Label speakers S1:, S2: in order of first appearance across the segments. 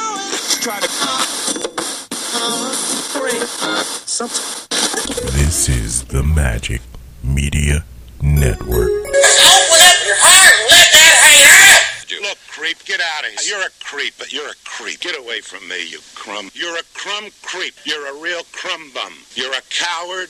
S1: try to break something.
S2: This is the Magic Media Network.
S3: Open up your heart and let that hate out.
S4: Look, creep, get out of here. You're a creep. You're a creep. Get away from me, you crumb. You're a crumb creep. You're a real crumb bum. You're a coward.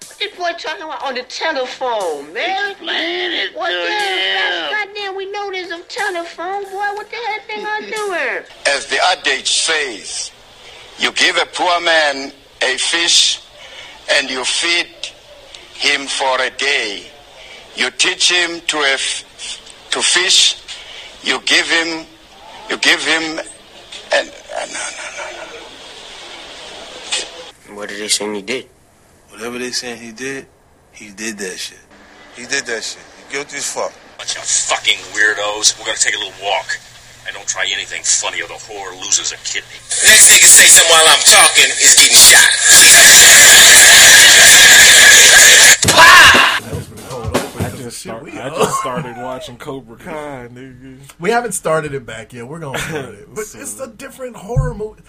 S5: What this boy talking about on the telephone, man? What the hell? Goddamn, we know there's a telephone, boy. What the hell thing I doing?
S6: As the adage says, you give a poor man a fish and you feed him for a day. You teach him to, a f- to fish, you give him, you give him, and, and no, no, no.
S5: What did they say you did?
S7: Whatever they saying he did, he did that shit. He did that shit. He guilty as fuck.
S3: Bunch of fucking weirdos. We're gonna take a little walk. And don't try anything funny or the whore loses a kidney. Next thing you think while I'm talking is getting shot.
S8: I just, start, I just started watching Cobra Kai, nigga.
S9: We haven't started it back yet. We're gonna start it, but it's a different horror movie.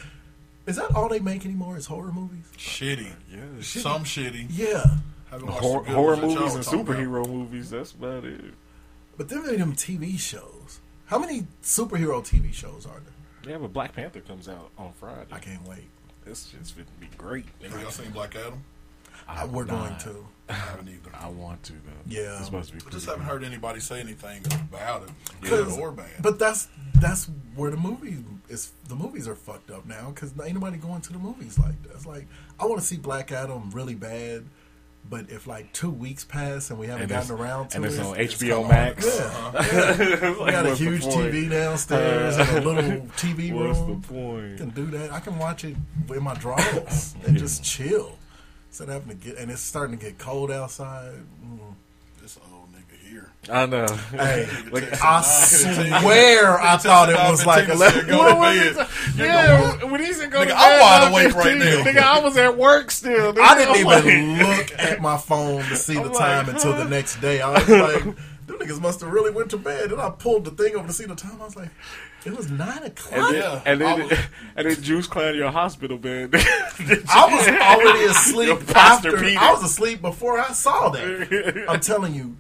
S9: Is that all they make anymore? Is horror movies?
S10: Shitty. Some shitty.
S9: Yeah,
S10: Haven't watched
S8: Hor-
S10: the good
S8: horror
S10: ones that
S8: movies
S10: y'all
S8: and
S10: were talking
S8: superhero movies. That's about it.
S9: but then they them TV shows. How many superhero TV shows are there?
S8: Yeah, but Black Panther comes out on Friday.
S9: I can't wait.
S8: This shit's gonna be great.
S10: about. Have y'all seen Black Adam?
S9: I, we're going to.
S10: I haven't either.
S8: I want to though.
S9: Yeah.
S8: it's supposed to be.
S10: I just
S8: pretty
S10: haven't
S8: good.
S10: heard anybody say anything about it, good
S9: 'Cause-
S10: or bad.
S9: But that's that's where the movie is. The movies are fucked up now because ain't nobody going to the movies like that. It's like I want to see Black Adam really bad, but if like two weeks pass and we haven't
S8: And it's,
S9: gotten around to
S8: and
S9: it,
S8: it's on
S10: come
S8: HBO
S10: on.
S8: Max.
S9: we got a huge TV downstairs and a little TV
S8: What's
S9: room.
S8: the
S9: I
S8: point?
S9: can do that. I can watch it in my drawers and just chill. Instead of having to get, and it's starting to get cold outside. Mm.
S10: this old nigga here.
S8: I know.
S9: Hey,
S10: Texas
S9: I
S10: nine,
S9: swear I thought it
S10: nine,
S9: was like
S10: Texas nine,
S9: 11.
S10: go to
S9: What was
S10: bed.
S9: it?
S10: Nigga,
S8: Yeah, when he said go to
S10: Nigga,
S8: bed,
S10: I'm
S8: 9:15,
S10: wide awake right now.
S8: Nigga, I was at work still. Nigga.
S9: I didn't
S8: I'm
S9: even
S8: like-
S9: look at my phone to see the
S8: I'm
S9: time
S8: like,
S9: until
S8: huh?
S9: the next day. I was like, them niggas must have really went to bed. Then I pulled the thing over to see the time. I was like, it was 9 o'clock.
S8: And then,
S10: Yeah,
S8: and,
S10: I
S8: then
S10: was-
S8: and then Juice clown your hospital bed.
S9: I was already
S8: Your
S9: asleep
S8: pastor
S9: after.
S8: Peter.
S9: I was asleep before I saw that. I'm telling you,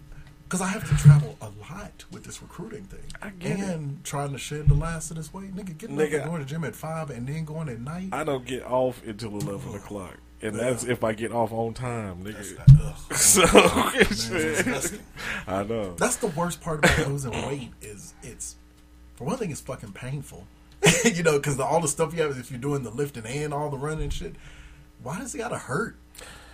S9: because I have to travel a lot with this recruiting thing, I
S8: get it.
S9: and trying to shed the last of this weight. Nigga, getting up
S8: Nigga.
S9: and going to gym at five and then going at night.
S8: I don't get off until eleven o'clock, and that's if I get off on time, nigga. so
S10: disgusting.
S8: I know.
S9: That's the worst part about losing weight is it's for one thing it's fucking painful. you know, because all the stuff you have if you're doing the lifting and all the running shit, why does it gotta hurt?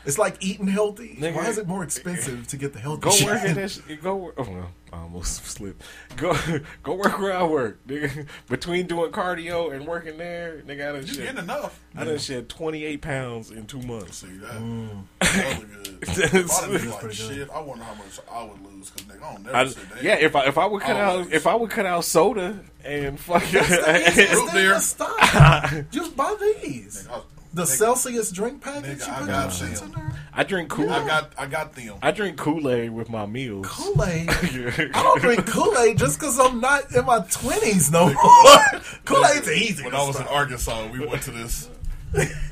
S9: It's like eating healthy.
S8: Nigga.
S9: why is it more expensive to get the healthy
S8: Go
S9: shit?
S8: work in this. Go. wor- Oh, well, I almost slipped. Go. Go work where I work, nigga. Between doing cardio and working there, nigga, I done
S10: You
S8: shed.
S10: getting enough?
S8: I done shed twenty eight pounds in two months.
S10: See that? That was good. If I done been like
S9: pretty good.
S10: shit. I wonder how much I would lose because nigga, I don't never
S8: I,
S10: sit down.
S8: yeah, if I if I would cut
S10: Always.
S8: out if I would cut out soda and fucking
S10: Root
S9: Instead,
S10: beer.
S9: just Stop. Just buy these.
S10: Nigga, I-
S9: The
S10: nigga,
S9: Celsius drink package.
S10: Nigga,
S9: you
S10: I
S9: put
S10: got
S9: options
S10: them.
S9: in there.
S8: I drink Kool
S10: I
S8: Aid.
S10: got, I got them.
S8: I drink Kool Aid with my meals.
S9: Kool Aid.
S8: Yeah.
S9: I don't drink Kool Aid just because I'm not in my twenties no more. Kool Aid's easy.
S10: When I was in Arkansas, we went to this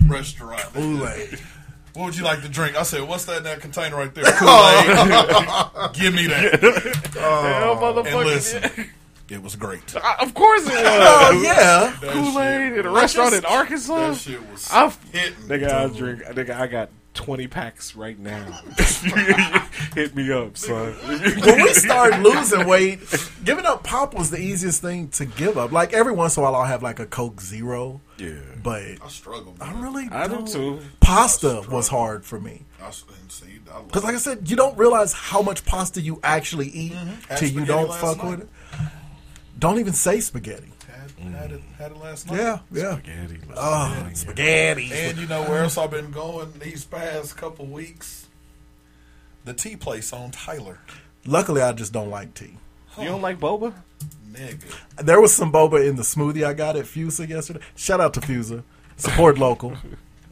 S10: restaurant.
S9: Kool Aid.
S10: What would you like to drink? I said, "What's that in that container right there?" Kool-Aid. Give me that.
S9: Uh,
S8: Hell,
S10: And
S8: motherfucker,
S10: listen,
S8: yeah.
S10: it was great.
S8: I- of course it
S9: Oh
S8: was.
S9: yeah.
S10: That
S8: Kool Aid
S10: shit
S8: at a
S10: was-
S8: restaurant in Arkansas.
S10: That shit was
S8: I f-
S10: hitting.
S8: nigga, I drink. Nigga, I got twenty packs right now. Hit me up, son.
S9: when we start losing weight, giving up pop was the easiest thing to give up. Like every once in a while, I'll have like a Coke Zero.
S8: Yeah.
S9: but
S10: I struggle.
S9: I really
S8: I do
S9: don't-
S8: too.
S9: Pasta was hard for me
S10: I s- and see, I love
S9: because, like I said, you don't realize how much pasta you actually eat
S10: Mm-hmm. Had
S9: till you
S10: spaghetti
S9: don't
S10: last
S9: fuck
S10: night.
S9: with it. Don't even say spaghetti.
S10: Had, had, it, had it last night.
S9: Yeah, yeah.
S8: Spaghetti.
S9: Oh, spaghetti.
S10: And you know where else I've been going these past couple weeks? The tea place on Tyler.
S9: Luckily, I just don't like tea.
S8: You don't like boba?
S10: Nigga.
S9: There was some boba in the smoothie I got at Fusa yesterday. Shout out to Fusa. Support local.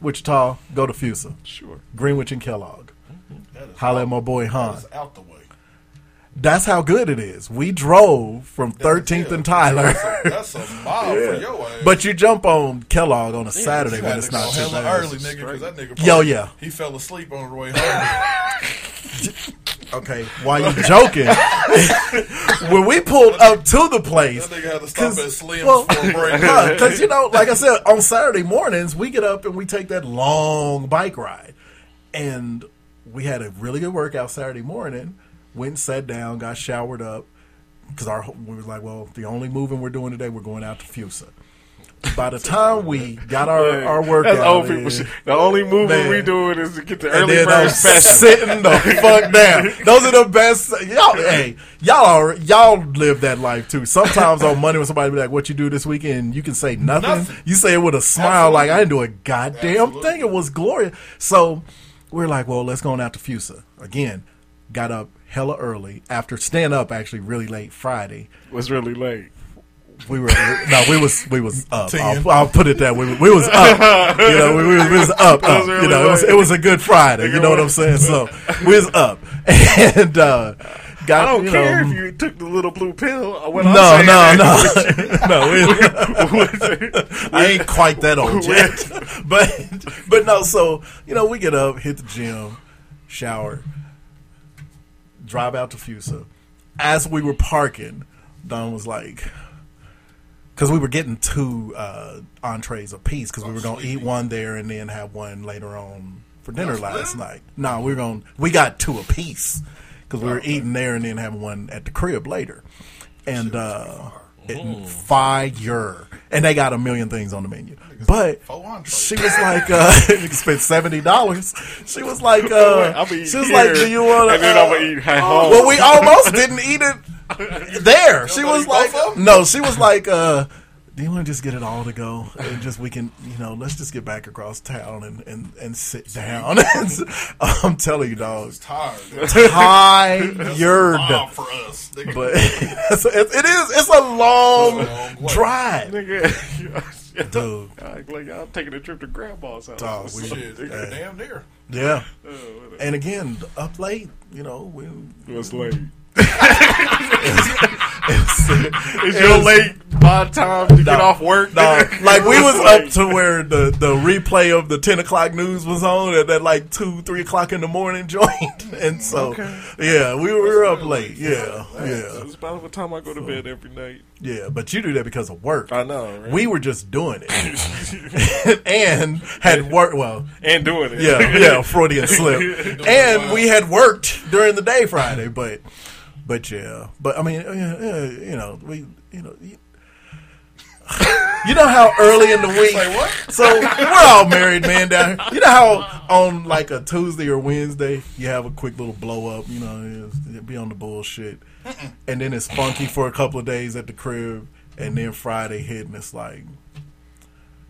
S9: Wichita, go to Fusa.
S8: Sure.
S9: Greenwich and Kellogg.
S10: Mm-hmm. That is
S9: Holla at my boy
S10: that
S9: Han.
S10: is out the way.
S9: That's how good it is. We drove from 13th and Tyler.
S10: That's a mile
S9: Yeah.
S10: for your ass.
S9: But you jump on Kellogg on a Saturday
S10: You
S9: when
S10: had
S9: it's
S10: to go
S9: not too
S10: hella
S9: bad.
S10: early, nigga, because that nigga.
S9: Yo,
S10: probably-
S9: yeah.
S10: He fell asleep on the way home.
S9: Okay, while you joking, when we pulled up to the place,
S10: That nigga had to stop at Slim's for a break.
S9: because you know, like I said, on Saturday mornings we get up and we take that long bike ride, and we had a really good workout Saturday morning. Went and sat down, got showered up, because our we was like, well, the only moving we're doing today, we're going out to Fusa. By the time we got our, our workout,
S8: That's old people
S9: in,
S8: shit. The only movement
S9: Man.
S8: we doing is to get the
S9: and
S8: early
S9: then I'm
S8: bird special.
S9: sitting the fuck down. Those are the best. Y'all, hey, y'all, are, y'all live that life too. Sometimes on Monday when somebody be like, "What you do this weekend?" You can say nothing.
S10: Nothing.
S9: You say it with a smile, like I didn't do a goddamn
S10: Absolutely.
S9: thing. It was glorious. So we're like, "Well, let's go on out to Fusa again." Got up hella early after stand up actually really late Friday.
S8: Was really late.
S9: We were no, we was we was up.
S10: Ten.
S9: I'll, I'll put it that way. We, we was up. You know, we, we, was- we was up. up. you know, it was it was a good Friday. You know what I'm saying? So we was up and uh, got.
S8: I don't
S9: you
S8: care
S9: know,
S8: if you took the little blue pill. What
S9: No,
S8: I'm
S9: no,
S8: saying
S9: no, no. we-
S8: no.
S9: I ain't quite that old yet, but but no. So you know, we get up, hit the gym, shower, drive out to Fusa. As we were parking, Don was like, because we were getting two uh, entrees apiece, because we were gonna eat one there and then have one later on for dinner last night. No, we were gonna we got two apiece because we were eating there and then having one at the crib later, and uh, it, fire. And they got a million things on the menu, but
S10: Four entrees.
S9: she was like, uh, you can spend seventy dollars. She was like, uh,
S8: I'll be
S9: she was like, do you want?
S8: And then I'm gonna eat at home.
S9: Well, we almost didn't eat it there. She was like, no, she was like, uh, do you want to just get it all to go and just we can, you know, let's just get back across town and and, and sit down. I'm telling you, dog,
S10: Tired. Mile
S9: tired.
S10: for us. Nigga.
S9: But it's, it is. It's a long
S10: long way.
S9: drive,
S8: Nigga,
S9: dude.
S8: I'm like y'all taking a trip to grandma's house.
S9: Dog, we-
S10: Shit, nigga, uh, damn near.
S9: Yeah. And again, up late, you know, we,
S8: It was late.
S9: it's
S8: It's your late by the time to get
S9: Nah.
S8: off work.
S9: Nah,
S8: nigga.
S9: like we
S8: It
S9: was
S8: late.
S9: up to where the, the replay of the ten o'clock news was on at that like two three o'clock in the morning joint, and so yeah, we were up late. Yeah, yeah,
S8: It's about the time I go to bed every night.
S9: yeah. But you do that because of work.
S8: I know, right?
S9: We were just doing it, and had work. Well,
S8: and doing it.
S9: yeah, yeah, Freudian slip. And we had worked during the day Friday, but but yeah, but I mean, yeah, yeah, you know, we you know. You, you know how early in the week, so we're all married men down here. You know how on like a Tuesday or Wednesday you have a quick little blow up, you know, it's- it be on the bullshit, and then it's funky for a couple of days at the crib, and then Friday hit and it's like,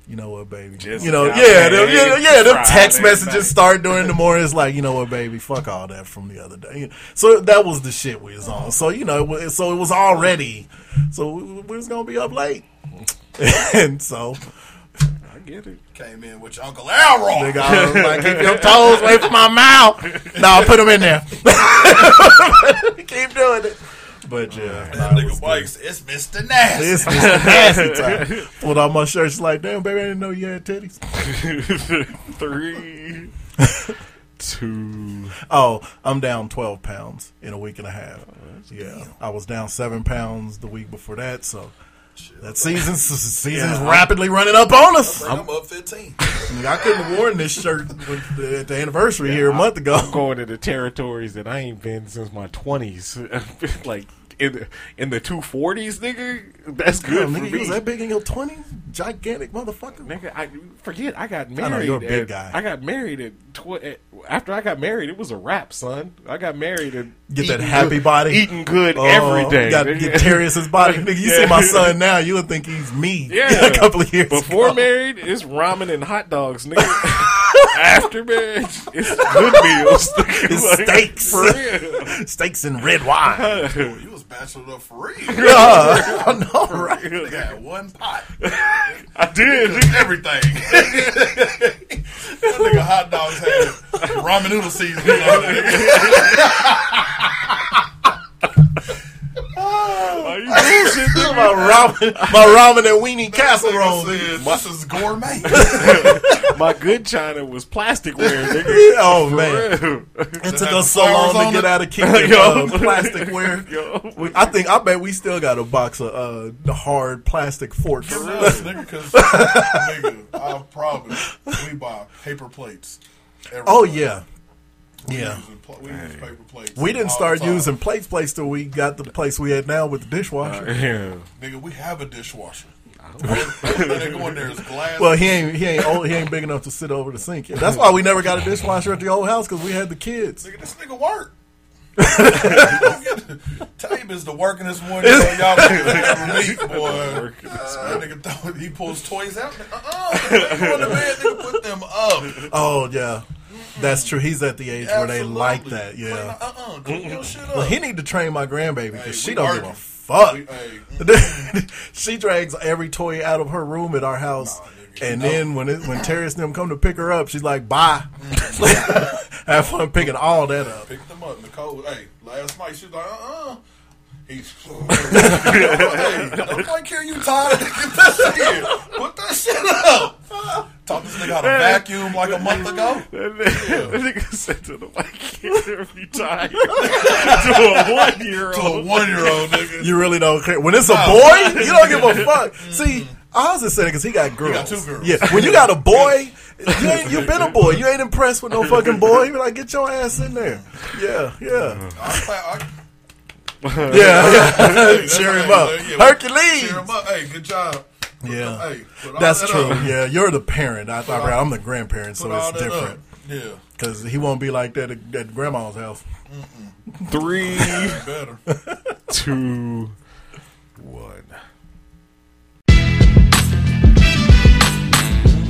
S9: you know what, baby,
S8: Just
S9: you know,
S8: got
S9: yeah, them,
S8: paid
S9: yeah, yeah, them text
S8: Friday
S9: messages
S8: night.
S9: start during the morning. It's like, you know what, baby, fuck all that from the other day. So that was the shit we was on. So you know, it was, so it was already, so we, we was gonna be up late, and so
S8: I get it.
S10: Came in with your Uncle Elroy.
S9: nigga, I was like, keep your toes away from my mouth. No, I put them in there. keep doing it. But yeah, nah,
S10: That
S9: it was
S10: nigga
S9: good.
S10: Bikes, it's Mr. Nasty.
S9: This was nasty time. Pulled out my shirt. She's like, damn, baby, I didn't know you had titties.
S8: Three, two.
S9: Oh, I'm down 12 pounds in a week and a half. yeah. I was down seven pounds the week before that. So That season's season's rapidly running up on us.
S10: I'm up 15.
S9: Nigga, I couldn't have worn this shirt when, at the anniversary here a month ago.
S8: I'm going to the territories that I ain't been since my twenties. like in the in the two forties, nigga. That's good
S9: Damn,
S8: for
S9: nigga,
S8: me.
S9: you was that big in your twenties? Gigantic motherfucker.
S8: Nigga, I forget. I got
S9: know,
S8: married.
S9: you're a big
S8: at-
S9: guy.
S8: I got married at, tw- at after I got married. It was a wrap, son. I got married and
S9: Get that happy body.
S8: eating good
S9: Oh,
S8: every day.
S9: You gotta
S8: nigga.
S9: get Terrius's body. Nigga, you see
S8: Yeah.
S9: my son now, you would think he's me.
S8: Yeah,
S9: a couple of years
S8: before
S9: ago.
S8: married, it's ramen and hot dogs, nigga. After marriage, it's good meals.
S9: It's
S8: Like,
S9: steaks.
S8: for real.
S9: steaks and red wine.
S10: You was bachelored up for real.
S9: Yeah, I know, right?
S10: They had one pot.
S8: I did.
S10: Everything. that nigga hot dogs had ramen noodle seasoning. on it,
S8: Are you bullshit, nigga?
S9: my ramen, my ramen and weenie casserole.
S10: nigga.
S9: My-
S10: This is gourmet.
S8: My good china was plasticware, nigga.
S9: oh
S8: For
S9: man,
S8: real.
S9: it took us so long to get out of kicking
S8: Yo.
S9: uh, plasticware.
S8: Yo.
S9: We- I think I bet we still got a box of uh, the hard plastic forks.
S10: Give me this, nigga, 'cause, nigga, I promise we buy paper plates. every
S9: Oh
S10: time.
S9: yeah,
S10: We
S9: yeah.
S10: using pla- we use paper plates.
S9: We didn't
S10: all
S9: start
S10: the time.
S9: using plates plates till we got the place we had now with the dishwasher.
S8: Yeah.
S10: Nigga, we have a dishwasher. They go in there as glass.
S9: Well, he ain't he ain't old, he ain't big enough to sit over the sink. yet. That's why we never got a dishwasher at the old house because we had the kids.
S10: nigga, this nigga work. Tape is the workingest one you know, y'all can ever meet, boy. That nigga, throw- he pulls toys out. Uh-uh, nigga, go in the bed, nigga, put them up.
S9: Oh yeah, that's true. He's at the age where they
S10: Absolutely.
S9: like that. Yeah.
S10: Uh-uh, clean your shit up.
S9: Well, he need to train my grandbaby because she
S10: we
S9: don't
S10: argue.
S9: give a fuck.
S10: We- hey,
S9: she drags every toy out of her room at our house, and then when it, when Terrence and them come to pick her up, she's like, "Bye." Have fun picking all that up.
S10: Picked them up. Nicole, hey, last night she was like, uh uh He's. hey, don't like hear you tired. Get that shit. Put that shit up. Taught this nigga how to vacuum like a month ago.
S8: That nigga, that nigga said to the white kid every time to a one year
S10: To a
S8: old.
S10: one year old nigga.
S9: You really don't care when it's a boy. You don't give a fuck. See, Oz is saying because he got girls.
S10: Mm-hmm. two girls.
S9: Yeah, when you got a boy, you ain't you been a boy. You ain't impressed with no fucking boy. You be like, get your ass in there. Yeah, yeah.
S10: I, I,
S9: Yeah,
S10: Hey, Uh-huh. that's
S9: cheer him
S10: how
S9: up.
S10: you do it. Yeah,
S9: Hercules.
S10: cheer him up. Hey, good job. Put
S9: Yeah,
S10: the- hey, put all
S9: that's
S10: that
S9: true.
S10: up.
S9: Yeah, you're the parent. I, I, I'm the grandparent,
S10: Put
S9: so
S10: all
S9: it's
S10: that up.
S9: different
S10: Yeah,
S9: because he won't be like that at, at grandma's house.
S8: Three,
S10: better.
S8: two, one.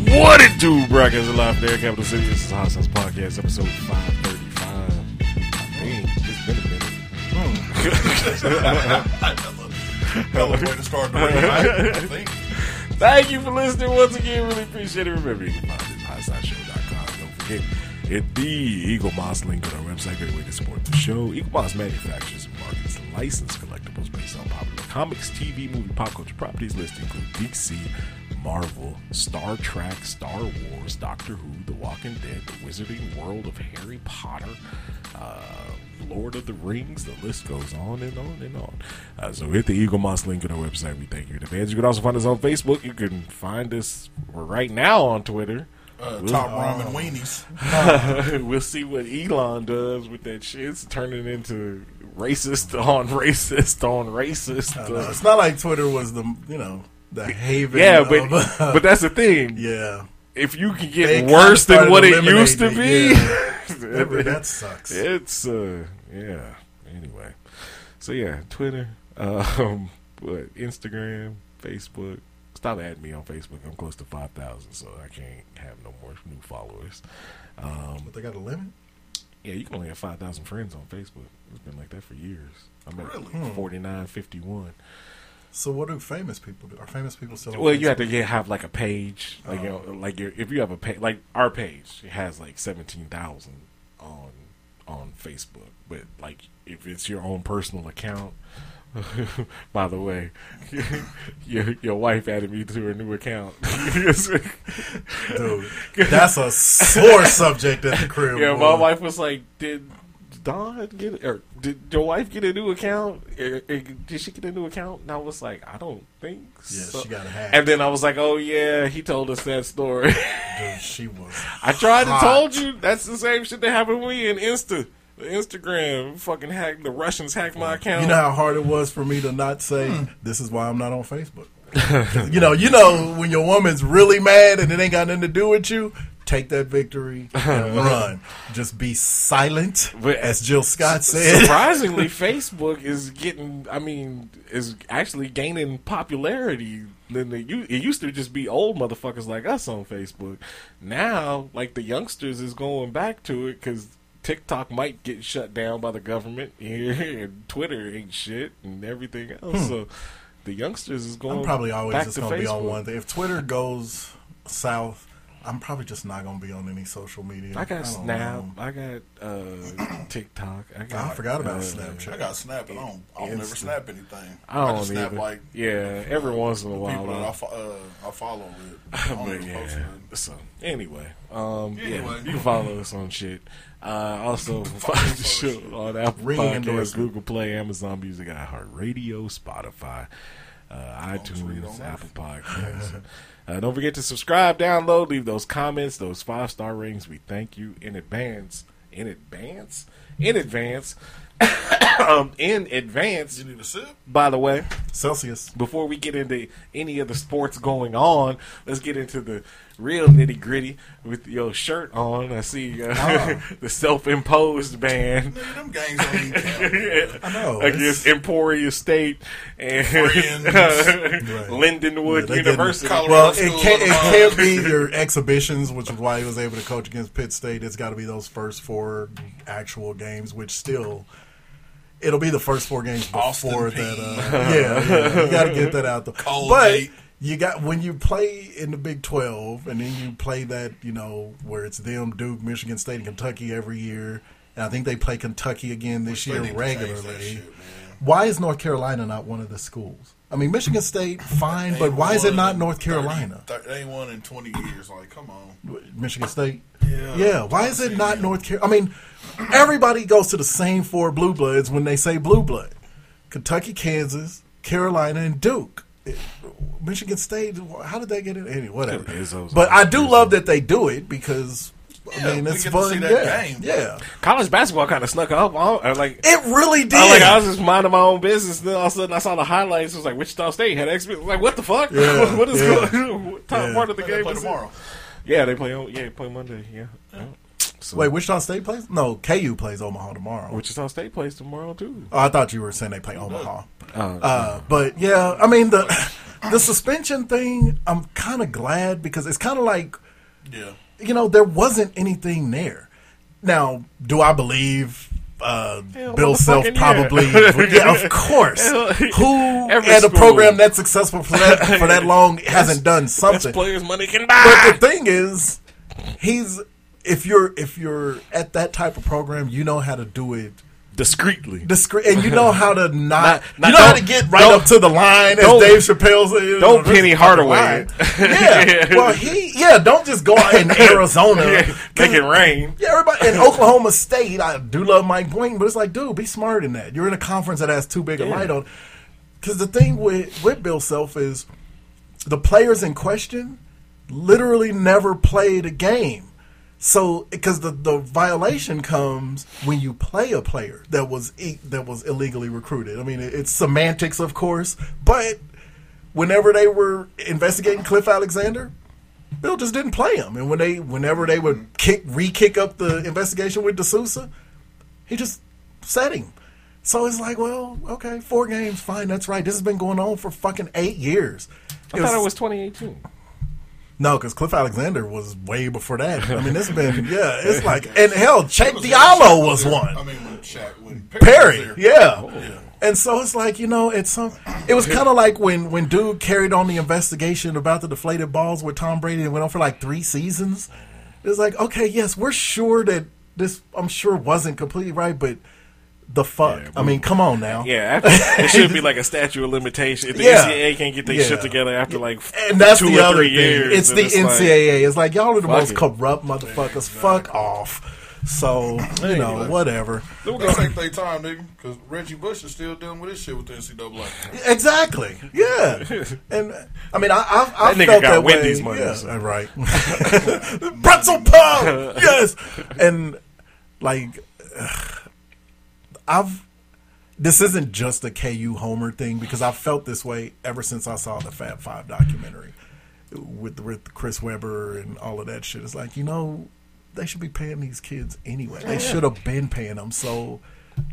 S8: What it do, brackets alive there, Capital City. This is Hot Sauce Podcast, episode 535. I mean, it's been a minute.
S10: Hell of a way to start the ring, right? I think.
S8: Thank you for listening once again. Really appreciate it. Remember, you can find us at highsideshow.com. Don't forget, hit the Eagle Moss link on our website. Great way to support the show. Eagle Moss manufactures and markets licensed collectibles based on popular comics, TV, movie, pop culture properties listed, include DC, Marvel, Star Trek, Star Wars, Doctor Who, The Walking Dead, The Wizarding World of Harry Potter, uh, Lord of the Rings. The list goes on and on and on. Uh, so hit the Eagle Moss link on our website. We thank you in advance. You can also find us on Facebook. You can find us right now on Twitter.
S10: Uh, top
S9: Oh.
S10: ramen weenies.
S9: Uh-huh.
S8: we'll see what Elon does with that shit. It's turning into racist on racist on racist.
S9: I know,
S8: Uh,
S9: it's not like Twitter was the you know the haven.
S8: yeah,
S9: of-
S8: but but that's the thing.
S9: yeah,
S8: If you can
S9: They
S8: get
S9: kinda
S8: worse than
S9: started
S8: what it used to be,
S9: eliminating that, re- that sucks.
S8: It's uh yeah. Anyway. So yeah, Twitter, um what Instagram, Facebook. Stop adding me on Facebook. I'm close to five thousand, so I can't have no more new followers. Um
S9: But they got a limit.
S8: yeah, you can only have five thousand friends on Facebook. It's been like that for years. I'm at forty nine fifty one.
S9: So what do famous people do? Are famous people still? on
S8: Well, you
S9: Facebook?
S8: have to get, have like a page, like you know, like your if you have a page, like our page it has like seventeen thousand on on Facebook, but like if it's your own personal account. By the way, your your wife added me to her new account.
S9: Dude, that's a sore subject at the crib.
S8: yeah,
S9: boy.
S8: my wife was like, "Did Don get or did your wife get a new account? Eh, eh, Did she get a new account? And I was like, I don't think.
S9: Yeah,
S8: so.
S9: she got hacked.
S8: And then I was like, Oh yeah, he told us that story.
S9: Dude, she was.
S8: I tried to
S9: hot.
S8: told you that's the same shit that happened with me in Insta. The Instagram fucking hacked the Russians hacked my account.
S9: You know how hard it was for me to not say this is why I'm not on Facebook. you know, you know when your woman's really mad and it ain't got nothing to do with you. Take that victory and run. Just be silent, as Jill Scott said.
S8: Surprisingly, Facebook is getting. I mean, is actually gaining popularity. Than they, u- it used to just be old motherfuckers like us on Facebook. Now, like the youngsters is going back to it because TikTok might get shut down by the government here, and Twitter ain't shit, and everything else.
S9: Hmm.
S8: So the youngsters is going.
S9: I'm probably always
S8: back
S9: just
S8: to
S9: going to be on
S8: Facebook.
S9: one thing. If Twitter goes south, I'm probably just not going to be on any social media.
S8: I got
S9: don't
S8: Snap.
S9: know.
S8: I got uh, TikTok. I, got,
S9: I forgot about
S8: uh,
S9: Snapchat.
S10: I got Snap, and I don't, I don't ever snap anything.
S8: I don't
S10: just snap
S8: either.
S10: like
S8: Yeah, every once in a
S10: the
S8: while,
S10: people that I,
S8: though.
S10: fo- uh, I follow. It. I don't
S8: but
S10: ever post
S8: yeah.
S10: nothing.
S8: So anyway, um, yeah,
S10: Anyway.
S8: you can follow us on shit. Uh, also find the show on Apple
S9: Ring
S8: Podcasts,
S9: endorsement.
S8: Google Play, Amazon Music, iHeartRadio, Spotify, uh, iTunes, Apple Podcasts. Uh, don't forget to subscribe, download, leave those comments, those five star rings. We thank you in advance. In advance. In advance. um, in advance. You
S10: need a sip?
S8: By the way,
S9: Celsius.
S8: Before we get into any of the sports going on, let's get into the real nitty gritty with your shirt on. I see uh,
S9: Uh-huh.
S8: the self imposed ban
S10: Them games don't even
S8: I
S9: know.
S8: against Emporia State and Lindenwood
S9: Yeah, they
S8: University.
S9: didn't- Well, it can't, it can't be your exhibitions, which is why he was able to coach against Pitt State. It's got to be those first four actual games, which still. It'll be the first four games before
S10: Austin
S9: that.
S10: Peay.
S9: Uh, yeah, yeah, you got to get that out there.
S10: Cold
S9: but
S10: Gate.
S9: you got when you play in the Big Twelve, and then you play that you know where it's them Duke, Michigan State, and Kentucky every year. And I think they play Kentucky again this
S10: They
S9: year
S10: need to change that
S9: regularly.
S10: shit,
S9: why is North Carolina not one of the schools? I mean, Michigan State, fine, but why is it not North Carolina?
S10: Thir- they ain't won in twenty years. Like, come on.
S9: Michigan State.
S10: Yeah.
S9: Why is it not North Carolina? I mean, everybody goes to the same four blue bloods when they say blue blood: Kentucky, Kansas, Carolina, and Duke. It- Michigan State. How did they get in? Any whatever.
S8: Izzo's
S9: But I do love that they do it because I mean
S8: we
S9: it's
S8: get to
S9: fun.
S8: see that
S9: yeah.
S8: game.
S9: yeah.
S8: College basketball kind of snuck up. on- I, like
S9: it really did.
S8: I, like I was just minding my own business. Then all of a sudden, I saw the highlights. It was like Wichita State had X. Like what the fuck?
S10: Yeah,
S8: what is
S10: yeah.
S8: going? What time
S10: Yeah.
S8: part of the
S10: They
S8: game
S10: play
S8: is it?
S10: tomorrow.
S8: Yeah, they play. on- Yeah, they play Monday. Yeah. yeah. So-
S9: Wait, Wichita State plays? No, KU plays Omaha tomorrow.
S8: Wichita State plays tomorrow too.
S9: Oh, I thought you were saying they play Omaha.
S8: Oh,
S9: uh, but yeah, I mean the the suspension thing. I'm kind of glad because it's kind of like
S10: Yeah.
S9: you know there wasn't anything there. Now, do I believe uh, Bill
S8: motherfucking
S9: Self?
S8: yeah.
S9: Probably, yeah, of course.
S8: Hell,
S9: Who
S8: every
S9: at a
S8: school.
S9: program that's successful for that for that long hasn't done something?
S8: Best players money can
S9: But
S8: buy.
S9: the thing is, he's if you're if you're at that type of program, you know how to do it
S8: discreetly,
S9: discreet, and you know how to not,
S8: Not-
S9: you know how
S8: don't-
S9: to get right
S8: don't-
S9: up to the line as
S8: don't-
S9: Dave Chappelle's. uh,
S8: don't
S9: this
S8: Penny
S9: fucking
S8: Hardaway
S9: line.
S8: it.
S9: yeah, well, he yeah, don't just go out in Arizona.
S8: Yeah, make it rain.
S9: Yeah, everybody in Oklahoma State, I do love Mike Boynton, but it's like, dude, be smart in that. You're in a conference that has too big a
S8: Yeah.
S9: light on. Because the thing with with Bill Self is the players in question literally never played a game. So, because the, the violation comes when you play a player that was e- that was illegally recruited. I mean, it, it's semantics, of course, but whenever they were investigating Cliff Alexander, Bill just didn't play him. And when they, whenever they would kick, re-kick up the investigation with D'Souza, he just sat him. So it's like, well, okay, four games, fine, that's right. This has been going on for fucking eight years.
S8: I thought it was 2018.
S9: no, because Cliff Alexander was way before that. I mean, it's been yeah, it's like and hell, Check Diallo was one.
S10: I mean, when Shaq, when
S9: Perry,
S10: was there.
S9: yeah. And so it's like you know, it's some. It was kind of like when when dude carried on the investigation about the deflated balls with Tom Brady and went on for like three seasons. It was like, okay, yes, we're sure that this, I'm sure, wasn't completely right, but the fuck, I mean, come on now,
S8: Yeah, after, it should be like a statute of limitation. If the
S9: Yeah.
S8: NCAA can't get their
S9: Yeah.
S8: shit together after like f-
S9: And that's
S8: two
S9: the
S8: or
S9: other
S8: three
S9: thing.
S8: years,
S9: it's
S8: and
S9: the
S8: like-
S9: NCAA. it's like y'all are the
S8: fuck
S9: most
S8: it.
S9: corrupt motherfuckers. Fuck off. So you know, whatever.
S10: They were gonna take their time, nigga, because Reggie Bush is still dealing with his shit with the NCAA.
S9: Exactly. Yeah. And I mean, I, I, I
S10: That nigga
S9: felt
S10: got
S9: that
S10: Wendy's
S9: way.
S10: money.
S9: Yeah, uh, right. Pretzel pub. Yes. And like, I've. This isn't just a KU Homer thing because I've felt this way ever since I saw the Fab Five documentary with with Chris Webber and all of that shit. It's like you know they should be paying these kids anyway. They
S8: Yeah.
S9: should have been paying them. So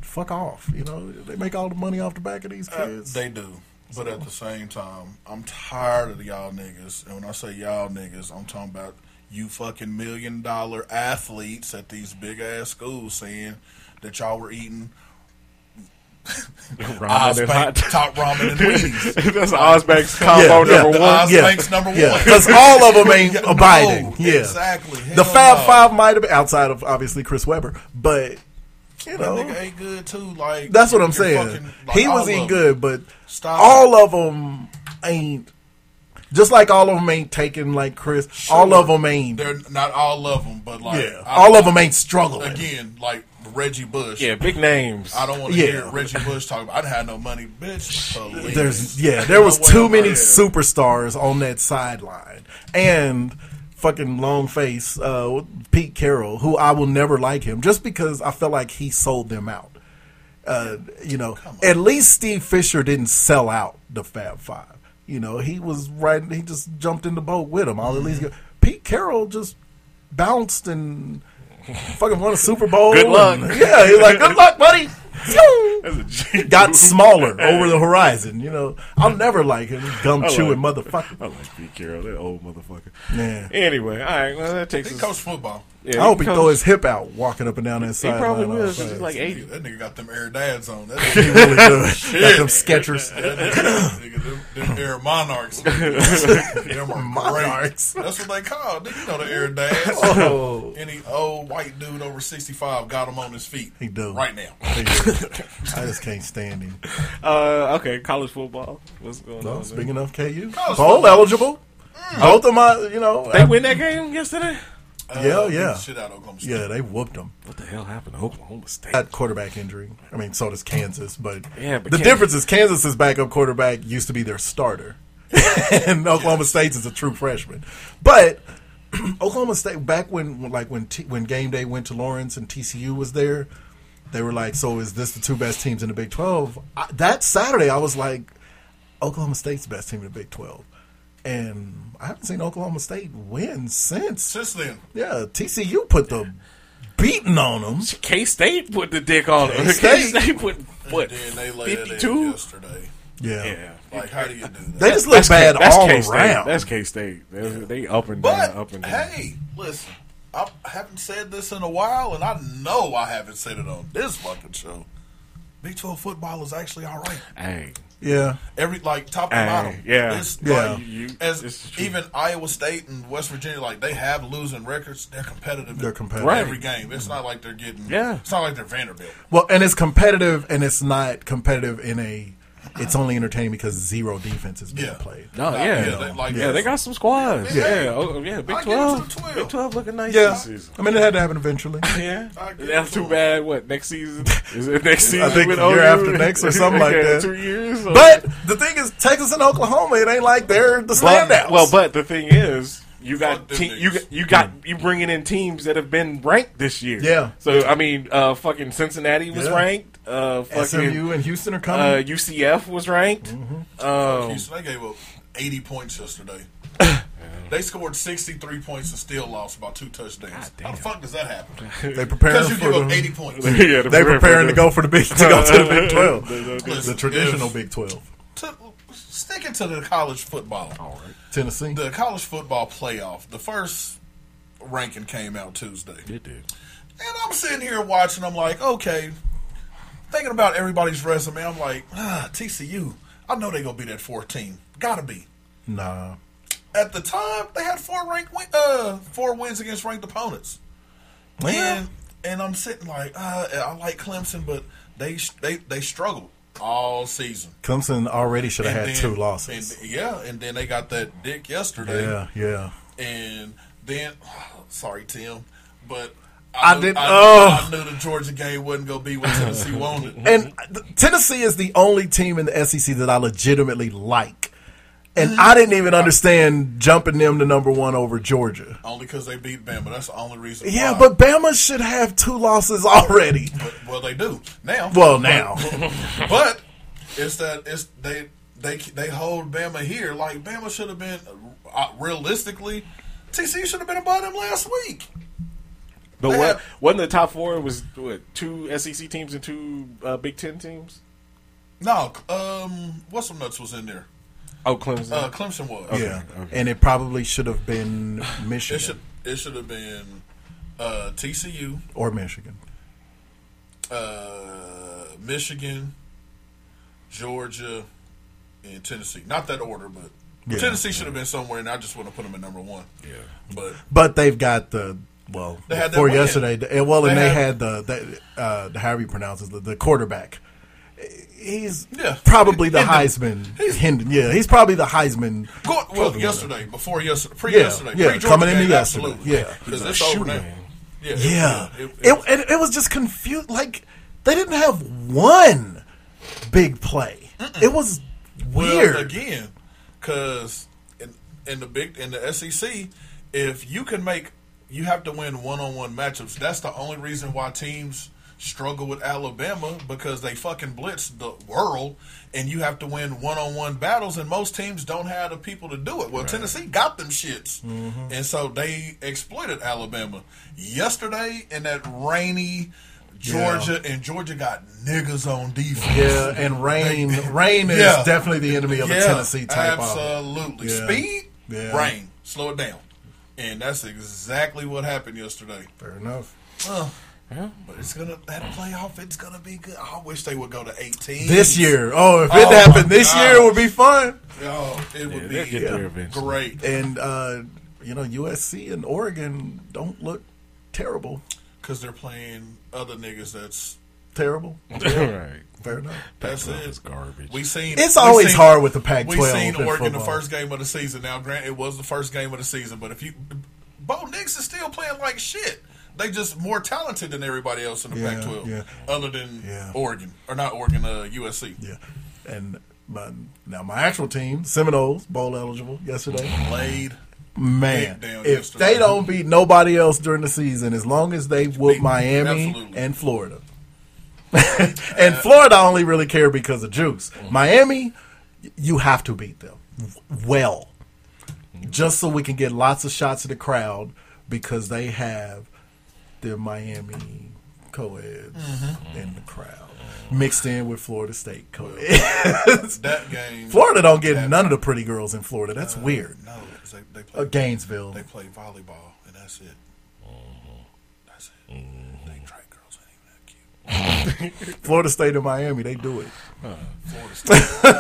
S9: fuck off. You know they make all the money off the back of these
S10: Uh,
S9: kids.
S10: they do. But at the same time, I'm tired of y'all niggas. And when I say y'all niggas, I'm talking about you fucking million dollar athletes at these big ass schools saying that y'all were eating
S9: Ah,
S8: Ramen and hot-
S10: Ozbank top ramen and Wheaties.
S8: That's Ozbank's combo number
S10: the
S8: one.
S10: Ozbank's number one.
S9: Because all of them ain't
S10: No,
S9: abiding. yeah,
S10: exactly. Hell
S9: The Fab
S10: no.
S9: Five might have been outside of obviously Chris Webber, but you know
S10: that nigga ain't good too. Like
S9: that's what I'm
S10: you're
S9: saying.
S10: fucking- like,
S9: he
S10: all
S9: was
S10: of
S9: eating
S10: them.
S9: good, but
S10: Stop
S9: all of them ain't. Just like all of them ain't taking like Chris, all
S10: Sure.
S9: of them ain't.
S10: They're not all of them, but like
S9: Yeah. All of 'em ain't struggling.
S10: Again, like Reggie Bush.
S8: Yeah, big names.
S10: I don't want to
S9: Yeah.
S10: hear Reggie Bush talk about. I didn't have no money, bitch. Please.
S9: There's yeah, there
S10: No
S9: was
S10: way
S9: too
S10: I'm
S9: many
S10: here.
S9: superstars on that sideline, and fucking long face uh, Pete Carroll, who I will never like him just because I felt like he sold them out. Uh, you know, at least Steve Fisher didn't sell out the Fab Five. You know, he was right. He just jumped in the boat with him. I'll at least go. Pete Carroll just bounced and fucking won a Super Bowl.
S8: Good luck.
S9: and- yeah, he's like, good luck, buddy. Got smaller over the horizon. You know, I'll never like him. Gum
S8: I
S9: chewing
S8: like-
S9: motherfucker.
S8: I like Pete Carroll, that old motherfucker.
S9: Yeah.
S8: Anyway, all right. Well, that takes.
S10: He
S8: us-
S10: coached football.
S8: Yeah,
S9: I hope he
S8: coached-
S9: throw his hip out walking up and down that
S8: He
S9: side.
S8: probably will. 'cause He's
S10: That
S8: like
S10: nigga-
S8: eighty.
S10: That nigga got them air dads on. That
S9: He really do.
S10: Shit.
S9: Got them Skechers.
S10: That nigga, nigga, them, them air monarchs. them are monarchs.
S9: Monarchs.
S10: That's what they call. Nigga, you know the air dads.
S9: Oh.
S10: Any old white dude over sixty five got him on his feet.
S9: He do
S10: right now. Uh,
S9: He do. I just can't stand him.
S8: Uh, okay, college football. What's going
S9: No,
S8: on?
S9: speaking
S8: there?
S9: of KU,
S8: College
S9: bowl
S8: football.
S9: eligible. Both of my, you know,
S8: they
S9: I-
S8: win that game yesterday.
S9: Yeah,
S10: beat
S9: yeah,
S10: the shit out of Oklahoma State.
S9: yeah. They whooped them.
S8: What the hell happened to Oklahoma State?
S9: That quarterback injury. I mean, so does Kansas, but,
S8: Yeah, but
S9: the
S8: Kansas-
S9: difference is Kansas's backup quarterback used to be their starter, and Oklahoma State's is a true freshman. But Oklahoma State, back when like when T, when game day went to Lawrence and TCU was there, they were like, "So is this the two best teams in the Big 12? I, that Saturday, I was like, "Oklahoma State's the best team in the Big 12. and I haven't seen Oklahoma State win since.
S10: Since then,
S9: Yeah, TCU put the beating on them.
S8: K State put the dick on them. K
S9: K-State.
S8: State put what?
S10: then they laid it in
S8: Fifty-two.
S10: yesterday.
S9: Yeah.
S10: Like, how do you do that?
S9: They just look bad
S8: K- that's
S9: all
S8: K-State.
S9: around.
S8: That's K State. They up and down,
S10: But
S8: up and down.
S10: hey, listen, I haven't said this in a while, and I know I haven't said it on this fucking show. Big Twelve football is actually all right.
S8: Hey,
S9: Yeah.
S10: Every like top to
S8: Hey,
S10: bottom,
S8: yeah.
S10: It's
S8: Yeah.
S10: like,
S8: You-
S10: as
S8: it's true.
S10: even Iowa State and West Virginia, like they have losing records. They're competitive.
S9: They're
S10: in
S9: competitive.
S10: every game. It's not like they're getting.
S8: Yeah.
S10: it's not like they're Vanderbilt.
S9: Well, and it's competitive, and it's not competitive in a. It's only entertaining because zero defense is being
S10: Yeah.
S9: played.
S8: No,
S10: Nah,
S8: Oh, yeah,
S10: yeah,
S8: yeah,
S10: they- like,
S8: yeah, they got some squads.
S10: Yeah.
S8: Yeah, yeah, oh, yeah Big
S10: I give it to
S8: Twelve,
S10: the 12.
S8: Big Twelve looking nice
S9: Yeah,
S8: this season.
S9: I mean it had to happen eventually.
S8: Yeah,
S10: I give it
S8: that's
S10: to
S8: too
S10: them.
S8: bad. What next season? Is it next season?
S9: I think
S8: with
S9: year
S8: OU?
S9: after next or something like
S8: Yeah,
S9: that.
S8: Two years, or-
S9: But the thing is, Texas and Oklahoma, it ain't like they're the
S8: well,
S9: standouts.
S8: well, but the thing is. You got
S10: Fuck them
S8: te- you
S10: niggas.
S8: you got you bringing in teams that have been ranked this year.
S9: Yeah.
S8: So I mean, uh, fucking Cincinnati was
S9: Yeah.
S8: ranked. Uh, fucking
S9: SMU and Houston are coming.
S8: uh, UCF was ranked.
S9: Mm-hmm.
S8: Um,
S10: Houston, they gave up eighty points yesterday. They scored sixty three points and still lost by two touchdowns. How the fuck does that happen?
S9: they preparing
S10: Because you
S9: for
S10: give up
S9: the,
S10: eighty points.
S8: yeah,
S9: they preparing to go for the big to go to the Big Twelve, the
S10: Listen,
S9: traditional
S10: if-
S9: Big Twelve.
S10: to, sticking to the college football. All right.
S9: Tennessee.
S10: The college football playoff. The first ranking came out Tuesday, and
S8: It did.
S10: I'm sitting here watching. I'm like, okay, thinking about everybody's resume. I'm like, ah, TCU. I know they gonna be that 14. Gotta be.
S9: Nah,
S10: At the time, they had four ranked win- uh four wins against ranked opponents.
S9: Yeah.
S10: And and I'm sitting like, uh, I like Clemson, but they they they struggled all season.
S9: Clemson already should have had
S10: And then-
S9: two losses.
S10: and- yeah, and then they got that dick yesterday.
S9: yeah, yeah.
S10: And then, sorry, Tim, but
S8: I,
S10: knew-
S8: didn't.
S10: I,
S8: oh.
S10: knew- I knew the Georgia game wasn't going to be what Tennessee wanted.
S9: And th- Tennessee is the only team in the SEC that I legitimately like. And I didn't even understand jumping them to number one over Georgia.
S10: only because they beat Bama. That's the only reason.
S9: Yeah,
S10: why.
S9: but Bama should have two losses already.
S10: But, well, they do now.
S9: Well, now.
S10: But, but it's that it's they they they hold Bama here like Bama should have been uh, realistically. TCU should have been above them last week.
S8: But what, wasn't the top four was what, two SEC teams and two uh, Big Ten teams?
S10: No, um, what's some nuts was in there?
S8: Oh, Clemson.
S10: Uh, Clemson was.
S9: yeah. And it probably should have been Michigan
S10: It should it should have been uh, TCU,
S9: or Michigan.
S10: uh, Michigan, Georgia, and Tennessee. Not that order, but
S9: Yeah.
S10: Tennessee should have been somewhere, and I just want to put them in number one. Yeah, but
S9: But they've got the well
S10: They had that
S9: before
S10: win.
S9: yesterday. th- well, and
S10: They
S9: they
S10: had-
S9: had, the, the uh, however you pronounce it, the, the quarterback. He's
S10: Yeah.
S9: probably the
S10: Hendon.
S9: Heisman. Hendon, yeah, he's probably the Heisman.
S10: Go, well, yesterday, before yesterday, pre
S9: Yeah,
S10: yesterday,
S9: yeah,
S10: pre-Georgia
S9: coming into
S10: game,
S9: yesterday,
S10: absolutely.
S9: yeah.
S10: because
S8: He's
S10: it's
S8: like,
S10: over
S8: shoot,
S10: now.
S8: man.
S10: Yeah, it-
S9: Yeah,
S10: it-
S9: it,
S10: it-
S9: it, it, was just confused. Like they didn't have one big play. It was weird.
S10: Well, again, because in, in the big in the SEC, if you can make you have to win one on one matchups. That's the only reason why teams struggle with Alabama because they fucking blitz the world, and you have to win one on one battles, and most teams don't have the people to do it. Well, Tennessee got them shits,
S9: Mm-hmm.
S10: and so they exploited Alabama yesterday in that rainy. Georgia and Georgia got niggas on defense.
S9: yeah, and rain, rain is
S10: Yeah.
S9: definitely the enemy of a Tennessee type. offense.
S10: Absolutely.
S9: Yeah.
S10: Speed,
S9: Yeah.
S10: rain. Slow it down. And that's exactly what happened yesterday.
S9: Fair enough.
S10: Ugh. But it's gonna that playoff. It's gonna be good. I wish they would go to eighteen
S9: This year, oh, if
S10: Oh,
S9: it
S10: my
S9: happened this year, it
S10: gosh.
S9: would be fun.
S10: Oh, it would
S8: they'll
S10: be
S8: get there eventually.
S10: great.
S9: And uh, you know, USC and Oregon don't look terrible.
S10: Because they're playing other niggas. That's
S9: Terrible.
S8: right.
S9: Fair enough.
S10: that's it.
S8: It's garbage.
S10: We seen
S9: It's
S10: we
S9: always
S10: seen-
S9: hard with the Pac-12
S10: We seen
S9: in
S10: Oregon the
S9: football.
S10: first game of the season. Now, grant it was the first game of the season, but if you Bo Nix is still playing like shit. They just more talented than everybody else in the
S9: Yeah,
S10: Pac-12,
S9: yeah.
S10: other than
S9: Yeah.
S10: Oregon or not Oregon, uh, USC.
S9: Yeah, and my, now my actual team, Seminoles, bowl eligible yesterday.
S10: Played
S9: Man,
S10: Big down
S9: if
S10: yesterday.
S9: they don't beat nobody else during the season, as long as they whoop
S10: Beat-
S9: Miami
S10: absolutely.
S9: and Florida, and Florida I only really care because of Juice.
S10: Mm-hmm.
S9: Miami, y- you have to beat them w- well, just so we can get lots of shots of the crowd because they have their Miami co-eds
S10: Mm-hmm.
S9: in the crowd mixed in with Florida State co-eds.
S10: that game.
S9: Florida don't get none of the pretty girls in Florida. That's weird.
S10: No, 'cause they, they play
S9: Uh, Gainesville.
S10: Uh, They play volleyball, and that's it. That's it. They try girls ain't even that cute.
S9: Florida State and Miami, they do it.
S10: Florida State,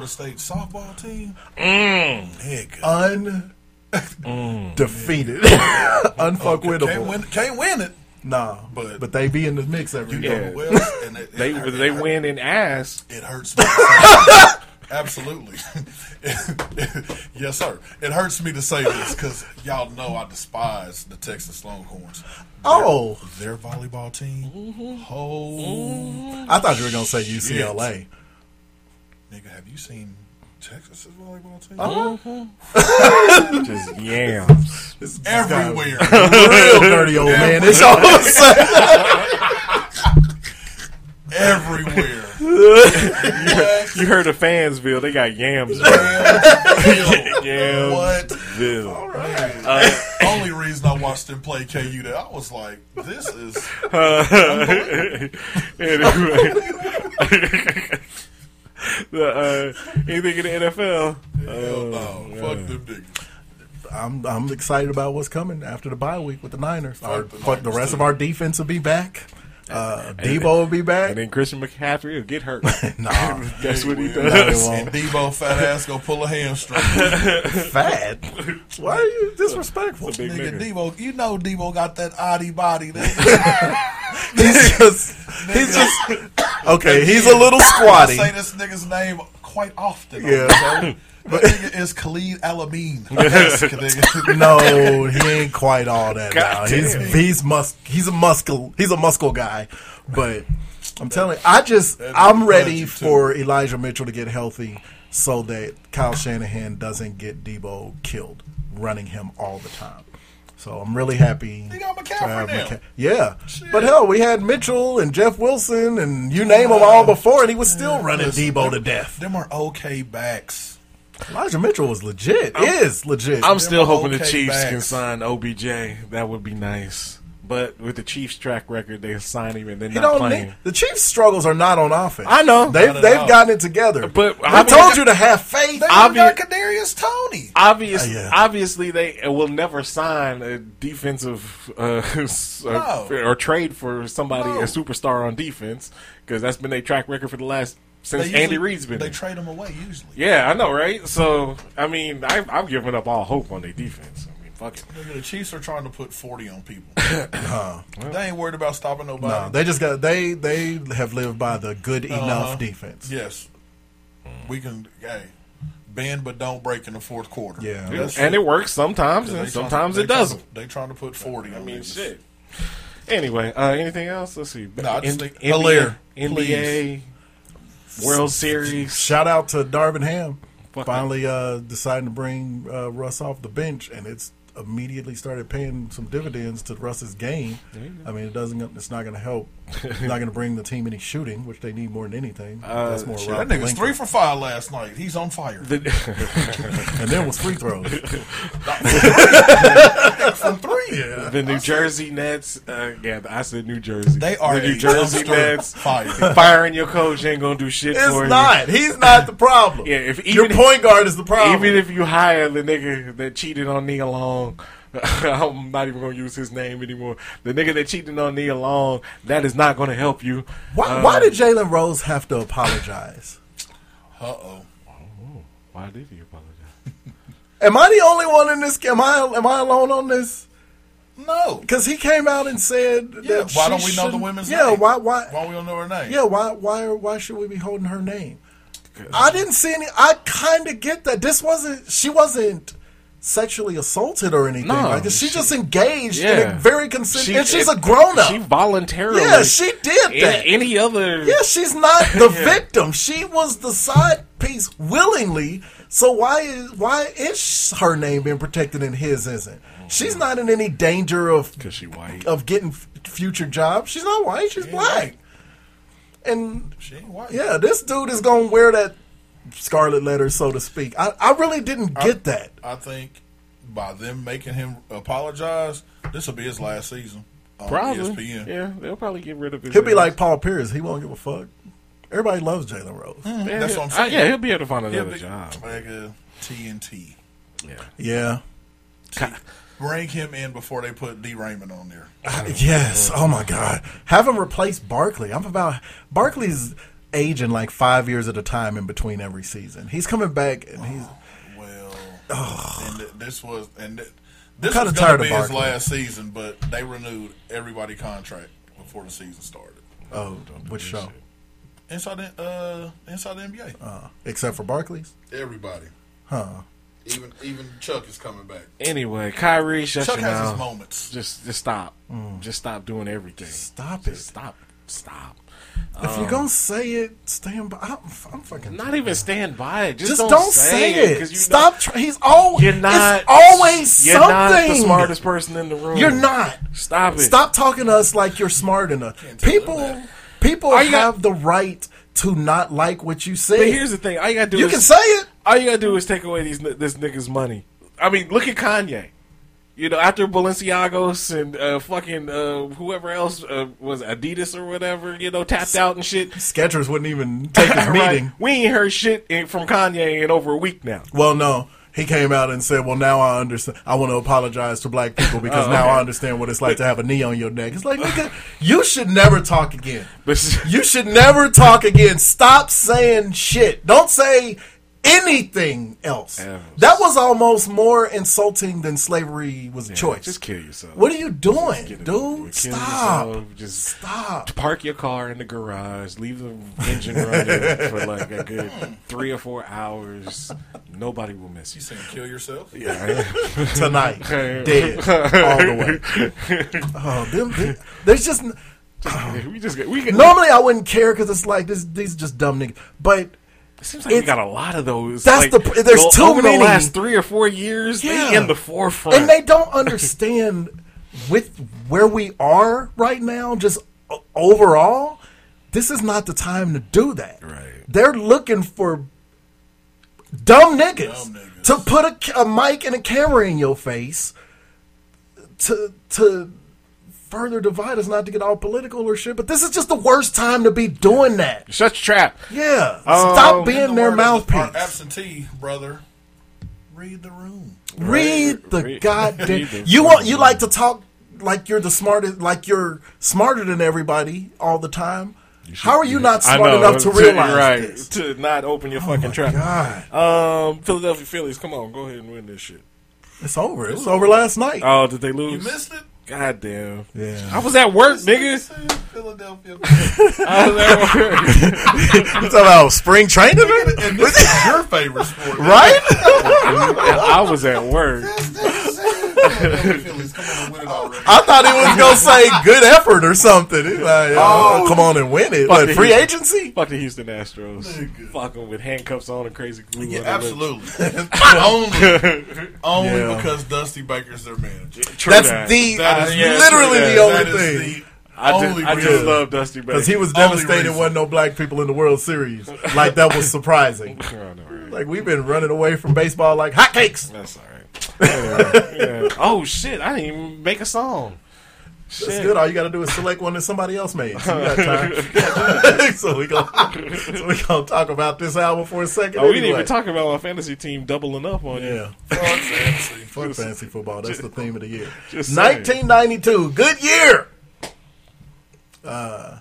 S10: Florida State softball team. Nigga,
S9: Undefeated.
S10: can't
S9: Unfuckwittable.
S10: win, can't win it.
S9: Nah,
S10: But-
S9: but, they be in the mix every
S10: You
S9: year.
S10: know
S8: Yeah.
S10: the Wells, and it, it
S8: They
S10: hurt-
S8: they
S10: it hurt-
S8: win in ass.
S10: It hurts me. Absolutely. yes, sir. It hurts me to say this because y'all know I despise the Texas Longhorns.
S9: Oh,
S10: Their volleyball team,
S8: Mm-hmm.
S10: oh
S9: I thought you were going to say UCLA.
S8: Mm-hmm.
S10: Nigga, have you seen Texas' volleyball team?
S8: Uh-huh. Just yams.
S9: This- this
S10: Everywhere.
S9: guy- Real dirty old man. It's all of a sudden-
S10: Everywhere. What?
S8: You heard of Fansville? They got yams. yams.
S10: What?
S8: Bill.
S10: Only reason I watched them play KU that I was like, this is
S8: anyway. the, uh, anything in the NFL?
S10: hell no.
S8: Oh,
S10: Fuck them niggas.
S9: I'm, I'm excited about what's coming after the bye week with the Niners. Our,
S10: the
S9: fuck, the
S10: Niners,
S9: rest
S10: too.
S9: of our defense will be back. Uh, Debo will be back.
S8: And then Christian McCaffrey will get hurt.
S9: Nah,
S8: That's what he
S10: Well,
S8: does.
S10: And
S9: won't.
S10: Debo fat ass gonna pull a hamstring.
S9: fat. Why are you disrespectful?
S8: It's a big
S10: Nigga,
S8: nigga.
S10: Debo, you know Debo got that oddy body. nigga.
S9: He's just, he's just okay. He's a little
S10: I say
S9: squatty.
S10: this nigga's name quite often.
S9: Yeah.
S10: Yeah. That nigga is Khalid Alameen.
S9: no, he ain't quite all that.
S10: God
S9: now. He's
S10: damn.
S9: he's mus- he's a muscle he's a muscle guy, but I'm telling I just I'm ready for Elijah Mitchell to get healthy so that Kyle Shanahan doesn't get Debo killed running him all the time. So I'm really happy.
S10: They got
S9: to
S10: McCaffrey
S9: have
S10: now.
S9: McCa- yeah, but hell, we had Mitchell and Jeff Wilson and you name them all before, and he was still running
S10: Listen,
S9: Debo to
S10: them-
S9: death.
S10: Them are okay backs.
S9: Elijah Mitchell was legit. is legit.
S8: I'm still
S9: Them
S8: hoping the
S9: okay
S8: Chiefs
S9: backs.
S8: can sign OBJ. That would be nice. But with the Chiefs' track record, they sign him and they're
S9: You
S8: not
S9: don't
S8: playing.
S9: need, the Chiefs' struggles are not on offense.
S8: I know.
S9: they've
S8: Not at
S9: they've
S8: all.
S9: gotten it together.
S8: But
S9: I
S8: how many-
S9: told you to have faith.
S10: They
S8: Obvi-
S10: got Kadarius Tony.
S8: Obvious,
S9: yeah.
S8: Obviously, they will never sign a defensive uh, s- uh,
S10: No.
S8: or trade for somebody,
S10: No.
S8: a superstar on defense, because that's been their track record for the last since
S10: They usually-
S8: Andy Reid's been.
S10: They
S8: there.
S10: trade him away usually.
S8: yeah, I know, right? So, I mean, I, I'm giving up all hope on their defense. I mean, fuck it.
S10: Nigga, The Chiefs are trying to put forty on people. They ain't worried about stopping nobody.
S9: No, they just got they they have lived by the good
S10: Uh-huh.
S9: enough defense.
S10: Yes, we can. Hey, bend but don't break in the fourth quarter.
S9: Yeah.
S10: That's
S8: and it works sometimes,
S10: They
S8: and
S10: trying to-
S8: sometimes
S10: they
S8: it
S10: trying to-
S8: doesn't.
S10: they trying to put forty. I mean, shit.
S8: Anyway, uh, anything else? Let's see.
S10: No, I just
S8: N-
S10: think-
S8: NBA,
S10: Hilaire,
S8: NBA World Series.
S9: Shout out to Darvin Ham.
S8: Fuck.
S9: Finally, uh, deciding to bring uh, Russ off the bench, and it's immediately started paying some dividends to Russ's game.
S8: There you go.
S9: I mean, it doesn't. It's not going to help. it's not going to bring the team any shooting, which they need more than anything.
S8: Uh,
S9: That's more.
S8: shit,
S9: Rob
S10: That nigga's
S9: Pelinka.
S10: three for five last night. He's on fire.
S9: and then was free throws.
S10: From three.
S8: The New Jersey Nets, uh, yeah, I said New Jersey.
S10: They are
S8: the New
S10: a
S8: Jersey
S10: dumpster
S8: Nets.
S10: fire.
S8: Firing your coach ain't gonna do shit
S9: It's
S8: for
S9: not.
S8: you.
S9: He's not the problem.
S8: Yeah, if even
S9: Your point guard is the problem.
S8: Even if you hire the nigga that cheated on Nia Long, I'm not even gonna use his name anymore. The nigga that cheated on Nia Long, that is not gonna help you.
S9: why,
S8: Uh,
S9: why did Jalen Rose have to apologize?
S10: Uh oh.
S8: Why did he apologize?
S9: Am I the only one in this? Am I am I alone on this?
S10: No.
S9: Because he came out and said,
S10: Yeah.
S9: that
S10: Why don't we
S9: she
S10: know the
S9: shouldn't-
S10: women's
S9: yeah,
S10: name?
S9: why why
S10: Why we don't know her name?
S9: yeah why why are- why should we be holding her name? I didn't see any. I kind of get that this wasn't she wasn't sexually assaulted or anything.
S8: No,
S9: like that. she, just engaged in
S8: Yeah.
S9: a very consent.
S8: She-
S9: and she's
S8: it-
S9: a grown up.
S8: She voluntarily.
S9: Yeah, she did
S8: Any-
S9: that.
S8: Any other?
S9: Yeah, she's not the victim. She was the side piece willingly. So why is why is her name being protected and his isn't? She's not in any danger of
S8: Cause she white.
S9: of getting f- future jobs. She's not white. She's black. And
S10: She ain't white.
S9: yeah, this dude is gonna wear that scarlet letter, so to speak. I, I really didn't get that.
S10: I think by them making him apologize, this will be his last season on E
S9: E
S8: Probably.
S10: ESPN.
S8: Yeah, they'll probably get rid of his.
S9: He'll be
S8: ass.
S9: like Paul Pierce. He won't give a fuck. Everybody loves Jalen Rose.
S8: Yeah,
S10: That's what I'm
S8: I-
S10: saying.
S8: yeah, he'll be able to find
S10: He'll
S8: another
S10: be-
S8: job.
S10: Like a TNT.
S9: Yeah.
S10: Bring him in before they put D Raymond on there.
S9: Yes. Oh my God. Have him replace Barkley. I'm about Barkley's aging like five years at a time in between every season. He's coming back and he's
S10: Well, and th- this was and th- this
S9: kinda
S10: was
S9: tired
S10: going to
S9: of
S10: be his
S9: Barkley.
S10: last season, but they renewed everybody contract before the season started.
S9: oh, which show?
S10: Inside the uh, inside the NBA,
S9: Except for Barkley's.
S10: everybody,
S9: Uh. Huh.
S10: even even Chuck is coming back.
S8: Anyway, Kyrie, shut
S10: Chuck
S8: your
S10: has his
S8: mouth.
S10: moments.
S8: Just, just stop. Just stop doing everything.
S9: Mm. Stop
S8: Just
S9: it.
S8: Stop. Stop.
S9: If you're gonna say it, stand by. I'm, I'm fucking.
S8: Um, Not even stand by it. Just,
S9: just, don't, say, it.
S8: 'cause you
S9: Stop. Tr- he's all.
S8: Know, you're not.
S9: It's always
S8: You're
S9: something.
S8: not the smartest person in the room.
S9: You're not.
S8: Stop it.
S9: Stop talking to us like you're smart enough. People, people
S8: Are you
S9: have the right to not like what you say.
S8: But here's the thing. All you gotta do
S9: you
S8: is
S9: can say it.
S8: all you gotta do is take away these ni- this nigga's money. I mean, look at Kanye. You know, after Balenciagos and uh, fucking uh, whoever else uh, was Adidas or whatever, you know, tapped out and shit.
S9: Skechers wouldn't even take his
S8: Right?
S9: meeting.
S8: We ain't heard shit in, from Kanye in over a week now.
S9: Well, no. He came out and said, "Well, now I understand. I want to apologize to black people because
S8: Oh,
S9: now I understand what it's like to have a knee on your neck." It's like, nigga, you should never talk again.
S8: But
S9: You should never talk again. Stop saying shit. Don't say anything else. That was almost more insulting than slavery was a choice.
S8: just kill yourself.
S9: What are you doing,
S8: Get a-
S9: dude?
S8: kill
S9: Stop.
S8: yourself, Just
S9: Stop.
S8: Park your car in the garage. Leave the engine running for like a good three or four hours. Nobody will miss you.
S10: You saying kill yourself?
S8: Yeah.
S9: Tonight, dead all the way. Oh, them, them- there's just,
S8: we just get- we can-
S9: normally I wouldn't care because it's like this. These are just dumb niggas, but it
S8: seems like we got a lot of those. Like,
S9: That's the pr- there's
S8: well,
S9: too
S8: over the
S9: many.
S8: last three or four years, they in the forefront.
S9: and they don't understand with where we are right now. Just o- overall, this is not the time to do that. Right? They're looking for dumb niggas, to put a, ca- a mic and a camera in your face to to further divide us, not to get all political or shit. But this is just the worst time to be doing that.
S8: Shut your trap.
S9: Yeah,
S8: Um,
S9: stop
S10: In
S9: being
S10: the
S9: their
S10: word of the- our
S9: mouthpiece.
S10: absentee brother. Read the room.
S9: Read the
S10: Read-
S9: goddamn.
S10: read the
S9: you want you like to talk like you're the smartest, like you're smarter than everybody all the time. How are you not
S8: I
S9: smart
S8: know,
S9: enough to
S8: to-
S9: realize
S8: right,
S9: this? Oh
S8: to not open your fucking trap. Um, Philadelphia Phillies, come on, go ahead and win this shit.
S9: It's over. It was over last night.
S8: Oh, did they lose?
S10: You missed it?
S8: God damn.
S9: Yeah.
S8: I was at work, nigga.
S10: Philadelphia.
S8: I was at work.
S9: you talking about spring training?
S10: and this is your favorite sport,
S9: right?
S8: I was at work.
S9: I thought he was gonna say good effort or something. He's like, oh,
S8: Oh.
S9: come on and win it.
S8: Fuck
S9: Like
S8: the
S9: free
S8: Houston-
S9: agency.
S8: Fuck the Houston Astros. Fuck them with handcuffs on and crazy glue.
S10: Yeah,
S8: on their lips.
S10: absolutely. only, only
S8: Yeah.
S10: because Dusty Baker's their manager.
S9: Uh,
S8: True That's that. the- That is- yeah, literally true the that. only
S10: That is
S8: thing.
S10: the
S8: I just-
S10: only
S8: I just
S10: reason.
S8: love Dusty Baker.
S9: Because he was
S8: Only
S9: devastated
S8: reason.
S9: wasn't no black people in the World Series. Like that was surprising. Like we've been running away from baseball like hotcakes.
S8: That's all right. Yeah. Oh shit! I didn't even make a song.
S9: That's
S8: Shit.
S9: good. All you got to do is select one that somebody else made. So, you got time. so we gonna so we gonna talk about this album for a second.
S8: Oh, we didn't
S9: anyway.
S8: even talk about my fantasy team doubling up on you.
S10: fancy.
S9: Fuck fancy football. That's the theme of the year.
S8: just saying.
S9: 1992. Good year. Uh,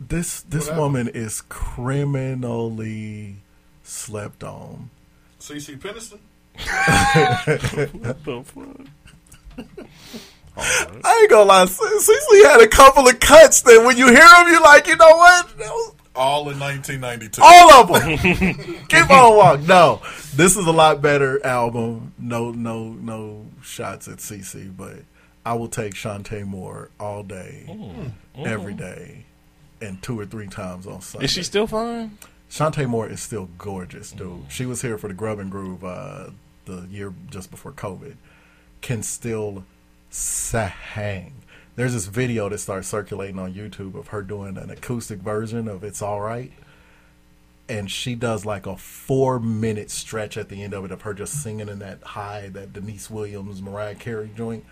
S9: this this woman is criminally slept on.
S10: CC Peniston.
S8: What the fuck?
S9: I ain't gonna lie, Cecily had a couple of cuts that when you hear them, you're like, you know what? That was
S10: All in 1992.
S9: All of them. Keep on walking. No, this is a lot better album. No, no, no shots at CC, but I will take Shantae Moore all day,
S8: Mm.
S9: every
S8: Mm.
S9: day, and two or three times on Sunday.
S8: Is she still fine?
S9: Shantae Moore is still gorgeous, dude. She was here for the Grub and Groove uh, the year just before COVID. Can still sang. There's this video that starts circulating on YouTube of her doing an acoustic version of "It's All Right," and she does like a four minute stretch at the end of it of her just singing in that high, that Denise Williams, Mariah Carey joint.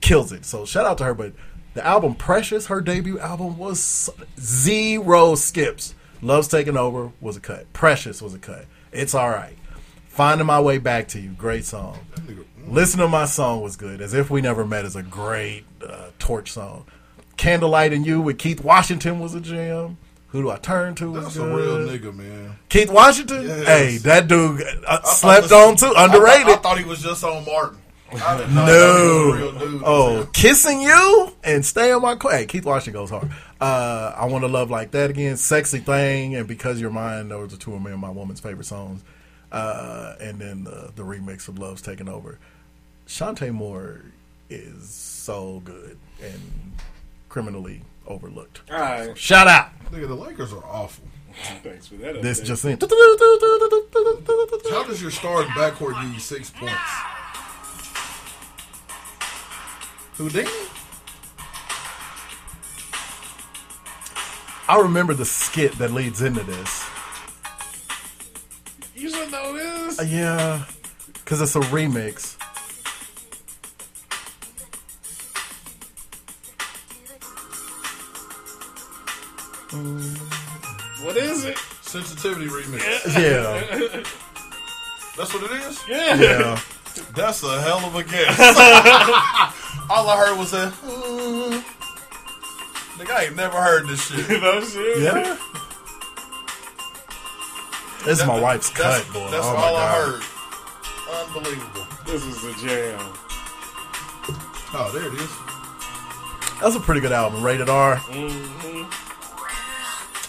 S9: Kills it. So shout out to her. But the album Precious, her debut album, was zero skips. Love's Taking Over was a cut. Precious was a cut. It's all right. Finding My Way Back to You, great song. Listen to My Song was good. As If We Never Met is a great uh, torch song. Candlelight and You with Keith Washington was a jam. Who Do I Turn To? was
S10: That's a
S9: good.
S10: real nigga, man.
S9: Keith Washington?
S10: Yes.
S9: Hey, that dude uh,
S10: I thought
S9: slept
S10: this-
S9: on too.
S10: I thought-
S9: Underrated.
S10: I, thought he was just on Martin. I did not know he was a real
S9: No.
S10: dude.
S9: Oh, kissing you and stay on my qu- Hey, Keith Washington goes hard. Uh, I want to love like that again. Sexy thing and because you're mine. Those are two of me and my woman's favorite songs. Uh, and then the, the remix of Love's Taking Over. Shantae Moore is so good and criminally overlooked.
S8: All right.
S9: Shout out.
S10: Nigga, the Lakers are awful.
S8: Thanks for that.
S9: This
S10: update.
S9: just in.
S10: How does your starting backcourt give you six points? Houdini?
S9: I remember the skit that leads into this.
S8: You should know this.
S9: Uh, Yeah, because it's a remix.
S8: What is it?
S10: Sensitivity remix.
S9: Yeah.
S10: That's what it is?
S8: Yeah.
S9: Yeah.
S10: That's a hell of a guess. All I heard was that. "Mm." Nigga, I ain't never heard this shit.
S8: no shit.
S9: Yeah. This is my wife's
S10: that's-
S9: cut, boy.
S10: That's
S9: Oh, my
S10: all
S9: God.
S10: I heard. Unbelievable. This is a jam. Oh, there it is.
S9: That's a pretty good album. Rated R.
S10: Mm-hmm.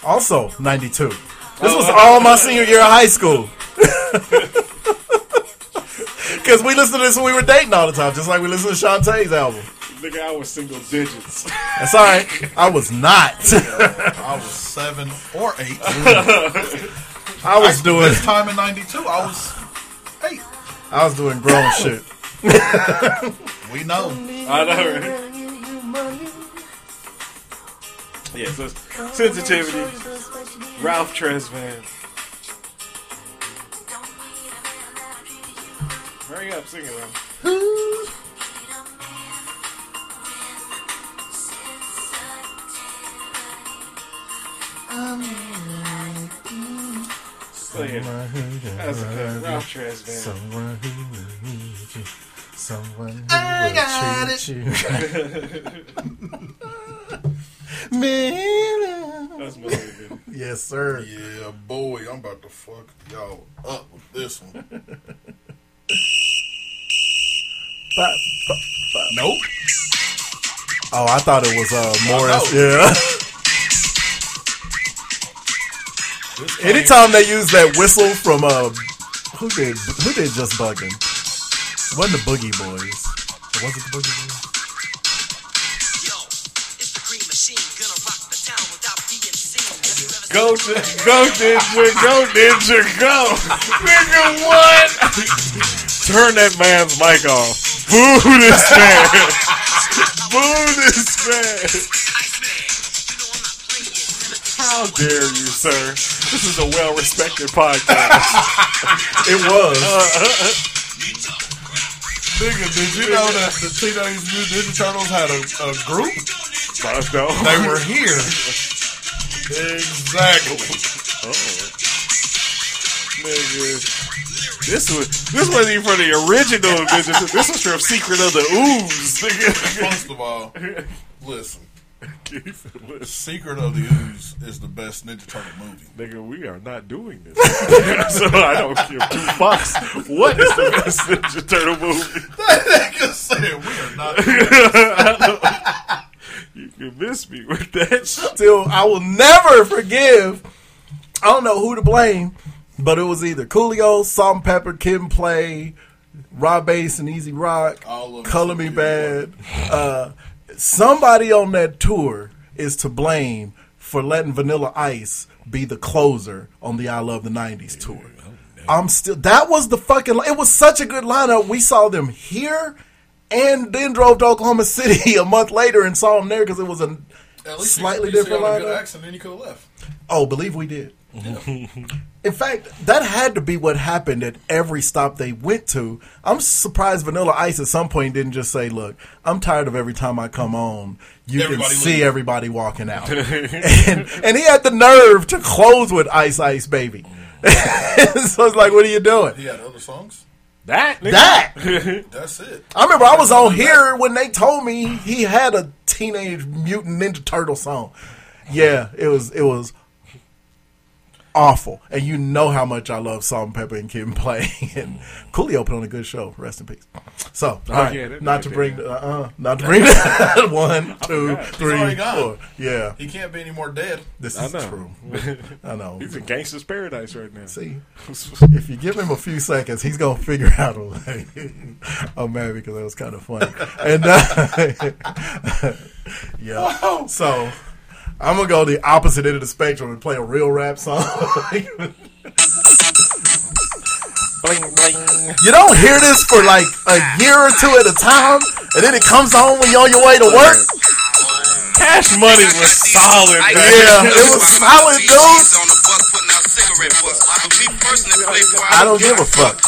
S9: Also, 92. This
S10: Oh,
S9: was all my senior year of high school. Because we listened to this when we were dating all the time, just like we listened to Shantae's album.
S8: Nigga, I was single digits.
S9: That's all right. I was not.
S10: I was seven or eight.
S9: I was doing-
S10: this time in '92. I was eight.
S9: I was doing grown shit.
S10: we know.
S8: I know, right? Yeah, so it's sensitivity. Ralph Tresvant. Hurry up, sing it, Ralph. Play it. That's a good Ralph Tresvant.
S9: Someone who needs you. Someone who
S8: I
S9: will
S8: got
S9: treat
S8: it.
S9: you. Man.
S10: That's
S9: Yes, sir.
S10: Yeah, boy, I'm about to fuck y'all up with this one. Nope.
S9: Oh, I thought it was uh, Morris.
S10: know.
S9: Yeah. Anytime they use that whistle from uh, who did who did just bugging? It wasn't the Boogie Boys? Or Was it the Boogie Boys?
S8: Go to go ninja, go ninja, go. Nigga, what? Turn that man's mic off. Boo this man. Boo this man. How dare you, sir? This is a well respected podcast.
S9: it was.
S10: Nigga, did you know that the Teenage Mutant Ninja Turtles had a, a group? They were here. exactly.
S8: Nigga. This was this wasn't even from the original Ninja. This was from Secret of the Ooze, nigga.
S10: First of all, listen. Secret of the Ooze is the best Ninja Turtle movie.
S8: Nigga, we are not doing this. so I don't give two fucks. What is the best Ninja Turtle movie?
S10: That nigga said we are not.
S8: you can miss me with that.
S9: Still, I will never forgive. I don't know who to blame, but it was either Coolio, Salt and Pepper, Kim Play, Rob Bass and Easy Rock, Color Me Bad. Uh, somebody on that tour is to blame for letting Vanilla Ice be the closer on the I Love the 90s tour. I'm still. That was the fucking. It was such a good lineup. We saw them here, and then drove to Oklahoma City a month later and saw them there because it was a
S10: At least
S9: slightly
S10: you, you
S9: different
S10: on a good
S9: lineup.
S10: accent, then you could have left.
S9: Oh, believe we did. In fact, that had to be what happened at every stop they went to. I'm surprised Vanilla Ice at some point didn't just say, "Look, I'm tired of every time I come on, you
S10: Everybody
S9: can see
S10: leave."
S9: everybody walking out." and, and he had the nerve to close with Ice Ice Baby. so it's like, what are you doing?
S10: He had other songs.
S8: That
S9: nigga. That.
S10: That's it.
S9: I remember I was on here when they told me he had a Teenage Mutant Ninja Turtle song. Yeah, it was it was awful, and you know how much I love Salt and Pepper and Kim Play and Coolio put on a good show. Rest in peace. So, all
S8: Oh,
S9: right,
S8: yeah, that-
S9: not to
S8: that-
S9: bring the, uh, uh, not to bring the, one, two,
S10: He's
S9: three,
S10: already gone.
S9: four. Yeah,
S10: He can't be any more dead.
S9: this
S8: I
S9: is
S8: know.
S9: true. I know.
S8: He's in gangster's paradise right now.
S9: See, if you give him a few seconds, he's gonna figure out a way. I'm mad because that was kind of funny. And uh, yeah, so I'm gonna go the opposite end of the spectrum and play a real rap song. You don't hear this for like a year or two at a time, and then it comes on when you're on your way to work.
S8: Cash Money was solid. back
S9: Yeah,
S8: then.
S9: it was solid, dude. I don't give a fuck.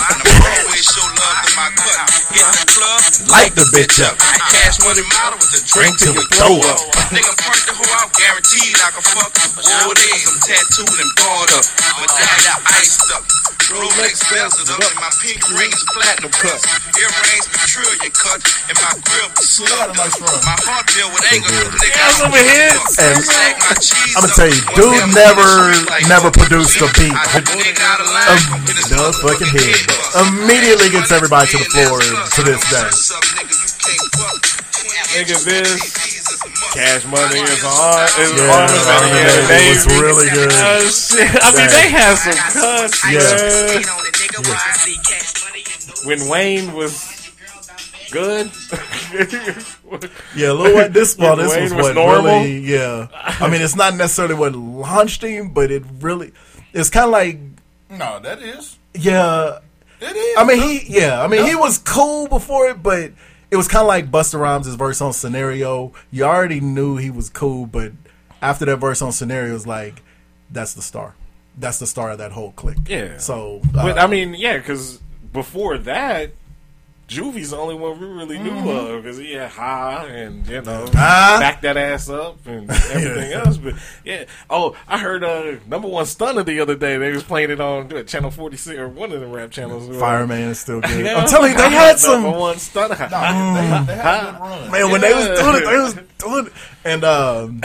S9: Light the bitch up.
S3: Cash money model with a
S9: Drink till we throw up.
S3: nigga burnt the hoe out, guaranteed I can fuck. All days I'm tattooed and barred up. My dad got iced up.
S11: Rolex bells is up and my pink ring is platinum cut. Earrings be trillion cut and my grip is slut. My heart deal with anger. Nigga,
S8: Ass
S11: I'm
S8: over head.
S11: And
S9: I'm gonna tell you, dude never never produced a beat. A the fucking head. Immediately gets everybody to the floor to this day.
S8: Nigga, this cash money is hard. Is
S9: Yeah,
S8: hard as
S9: I
S8: any
S9: remember
S8: other
S9: that.
S8: day.
S9: It was really good.
S8: Uh, shit. I mean,
S9: Yeah.
S8: they had some cuts.
S9: Yeah.
S8: man. When Wayne was good.
S9: Yeah, Lil Wayne. This well,
S8: When
S9: this
S8: Wayne
S9: was, what really. Yeah, I mean, it's not necessarily what launched him, but it really. It's kind of like
S10: No, that is.
S9: yeah.
S10: It is.
S9: I mean, he yeah. I mean, he was cool before it, but it was kind of like Buster Rhymes' verse on Scenario. You already knew he was cool, but after that verse on Scenario, it was like that's the star. That's the star of that whole clique.
S8: Yeah.
S9: So,
S8: but
S9: uh,
S8: I mean, yeah, because before that, Juvie's the only one we really knew of because he had high and you know
S9: Mm-hmm. High.
S8: back that ass up and everything else. But yeah, oh, I heard uh, number one stunner the other day. They was playing it on uh, channel forty six or one of the rap channels.
S9: Fireman is still good.
S8: Yeah,
S9: I'm telling you, they had some.
S8: number one stunner.
S9: Mm-hmm. Man, when they was doing it, they was doing it. And um,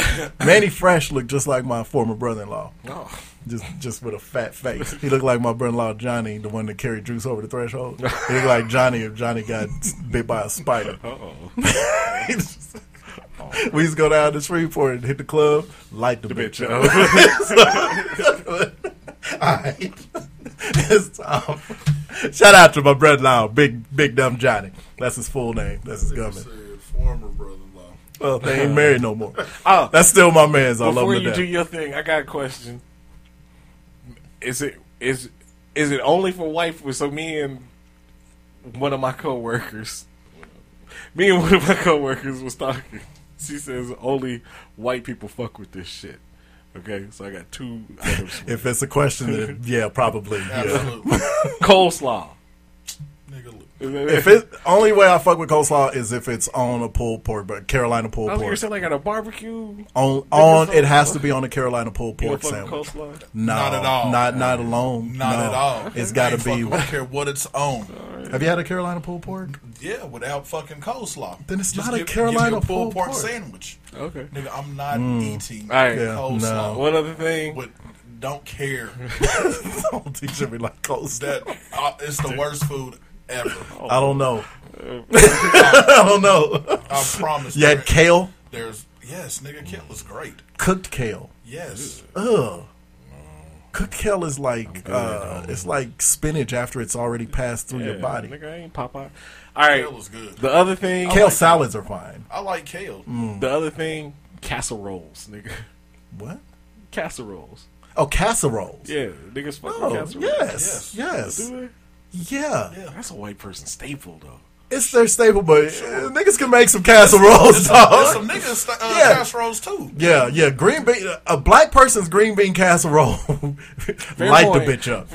S9: Manny Fresh looked just like my former brother-in-law.
S8: Oh.
S9: Just, just with a fat face. He looked like my brother-in-law Johnny, the one that carried Juice over the threshold. He looked like Johnny if Johnny got bit by a spider.
S8: Oh.
S9: we used to go down to Shreveport and hit the club, light the, bitch uh, up. Alright. It's time. Shout out to my brother-in-law, Big Big Dumb Johnny. That's his full name. That's his government.
S10: Former brother-in-law.
S9: Well, they ain't married no more.
S8: Oh.
S9: that's still my man's. I love
S8: Before
S9: him
S8: you
S9: to
S8: do
S9: death.
S8: your thing, I got a question. Is it is is it only for wife? So me and one of my coworkers, me and one of my coworkers was talking. She says only white people fuck with this shit. Okay, so I got two items.
S9: If it's a question, then yeah, probably. Yeah.
S8: Coleslaw.
S9: if it only way I fuck with coleslaw is if it's on a pulled pork, but Carolina pulled
S8: I was gonna
S9: pork.
S8: say Oh, like at a barbecue.
S9: On on it has to be on a Carolina pulled
S8: You
S9: pork
S8: don't fuck
S9: sandwich.
S8: with coleslaw?
S9: No,
S8: Not at all.
S9: Not not alone.
S10: Not
S9: no.
S10: at all.
S9: It's
S10: I
S9: got to
S10: ain't
S9: be.
S10: fucking- I don't care what it's on.
S9: Have you had a Carolina pulled pork?
S10: Yeah, without fucking coleslaw.
S9: Then it's
S10: Just
S9: not a
S10: give- give
S9: Carolina
S10: me a pulled
S9: pulled
S10: pork,
S9: pork.
S10: sandwich.
S8: Okay,
S10: nigga, I'm not
S9: Mm.
S10: eating
S8: All right. Yeah,
S10: coleslaw.
S8: no.
S9: Oh.
S8: One other thing,
S10: but don't care.
S9: don't teach me like coleslaw.
S10: That uh, it's the worst food ever.
S9: I don't know. I don't know.
S10: I promise.
S9: You had
S10: there-
S9: kale,
S10: There's yes, nigga, kale is great.
S9: cooked kale.
S10: Yes.
S9: Ugh. Cooked kale is like uh, it's like spinach after it's already passed through your
S8: Yeah,
S9: body.
S8: Nigga, I ain't Popeye. All right.
S10: Kale is good.
S8: The other thing,
S9: Kale salads are fine.
S10: I like kale.
S9: Mm.
S8: The other thing, casseroles, nigga.
S9: What?
S8: Casseroles.
S9: Oh, casseroles.
S8: Yeah, niggas fuck
S9: Oh,
S8: with casseroles.
S9: yes, yes.
S8: Do
S9: Yeah.
S8: they? That's a white person staple, though.
S9: It's their staple, but uh, niggas can make some casseroles,
S10: There's
S9: dog.
S10: some niggas sta- uh,
S9: Yeah.
S10: casseroles too.
S9: Yeah, yeah. Green bean, a black person's green bean casserole, light the bitch up.